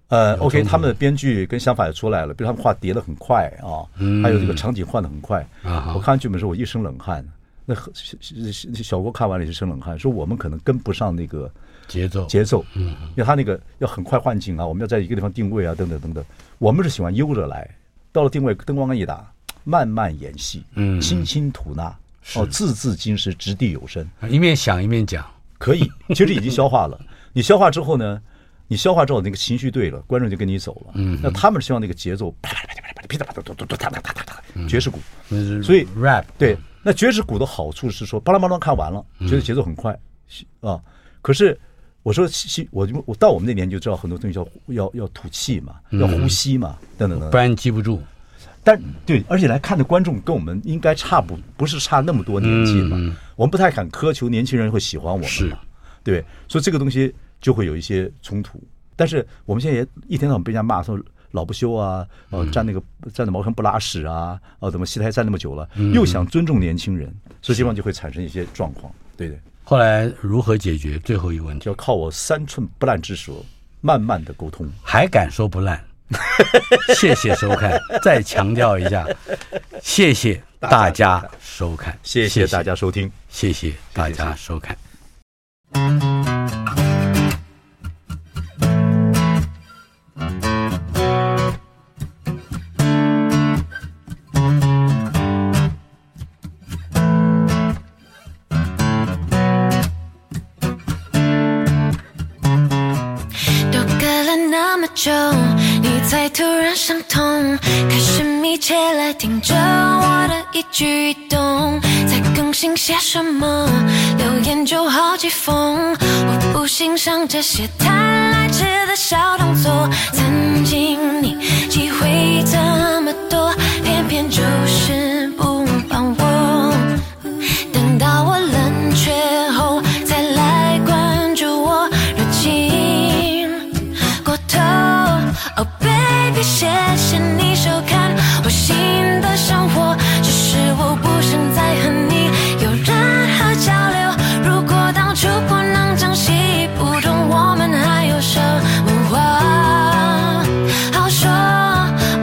B: 呃
A: 有
B: ，OK，
A: 冲突
B: 他们的编剧跟想法也出来了，比如他们话叠得很快啊，还有这个场景换得很快。
A: 嗯啊哈
B: 我看完剧本的时候，我一身冷汗。那和小小小郭看完了也一身冷汗，说我们可能跟不上那个
A: 节奏，
B: 节奏，
A: 嗯
B: 因为他那个要很快换景啊，我们要在一个地方定位啊，等等等等。我们是喜欢悠着来，到了定位，灯光一打，慢慢演戏，
A: 嗯
B: 轻轻吐纳，哦，字字金石，掷地有声。
A: 啊一面想一面讲，
B: 可以，其实已经消化了。你消化之后呢，你消化之后那个情绪对了，观众就跟你走了。嗯，那他们是希望那个节奏啪啦啪啦啪啦啪啦噼里啪啦嘟嘟嘟哒哒哒哒哒，爵士鼓。
A: 那是
B: 所以
A: rap
B: 对，那爵士鼓的好处是说，巴拉巴拉看完了，觉得节奏很快啊。可是我说吸，吸我就我到我们那年就知道很多东西要要要吐气嘛，要呼吸嘛，等等等
A: 不
B: 等。
A: 然记不住。
B: 但对，而且来看的观众跟我们应该差不不是差那么多年纪嘛，我们不太敢苛求年轻人会喜欢我们嘛。
A: 是
B: 对，所以这个东西就会有一些冲突。但是我们现在也一天到晚被人家骂说老不休啊，呃，站那个站在茅坑不拉屎啊，哦、怎么戏台站那么久了，又想尊重年轻人，所以这地方就会产生一些状况。对对，
A: 后来如何解决最后一个问题？
B: 就要靠我三寸不烂之舌，慢慢的沟通。
A: 还敢说不烂？谢谢收看，再强调一下，谢谢大家收看，
B: 谢谢大，家收听。
A: 谢谢大家收看。
C: 都隔了那么久，你才突然伤痛，开始密切来听着我的一举一动，在更新些什么，留言就好几封。我不欣赏这些贪来吃的小动作，曾经你机会这么多，偏偏就是不帮我。等到我冷却后再来关注我，热情过头。Oh baby，谢谢你收看我新的生活，只是我不想再和你有任何交流。如果当初不能珍惜，不懂我们还有什么话好说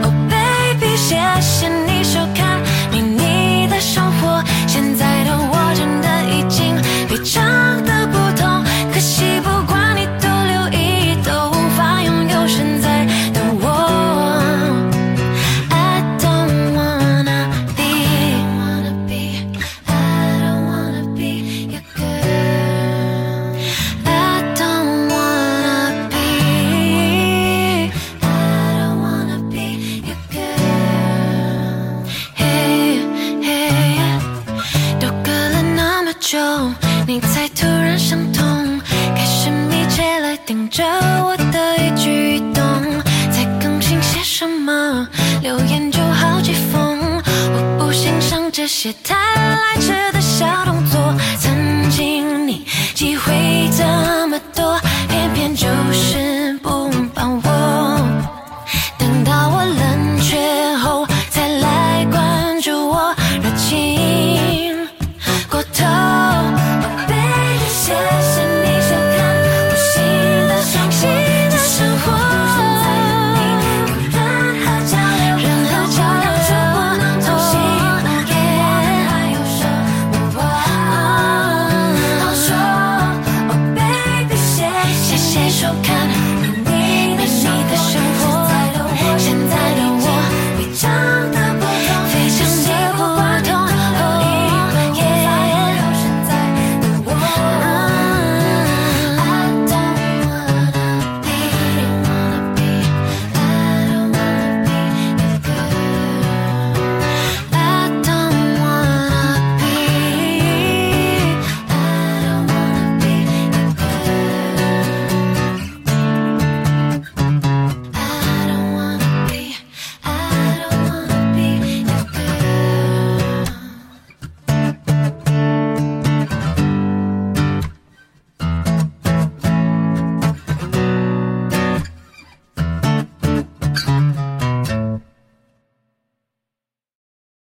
C: ？Oh baby，谢谢你收看迷你的生活，现在的我真的已经非常的不同。可惜不管你多留意，都无法拥有现在的我。I don't wanna be, wanna be, I don't wanna be your girl. I don't wanna be, I don't wanna be your girl. Hey, hey, 都隔了那么久，你才突然想通，开始密切来盯着我的一举一动，在更新些什么，留言就好几封。我不欣赏这些贪来吃的小动作，曾经你机会这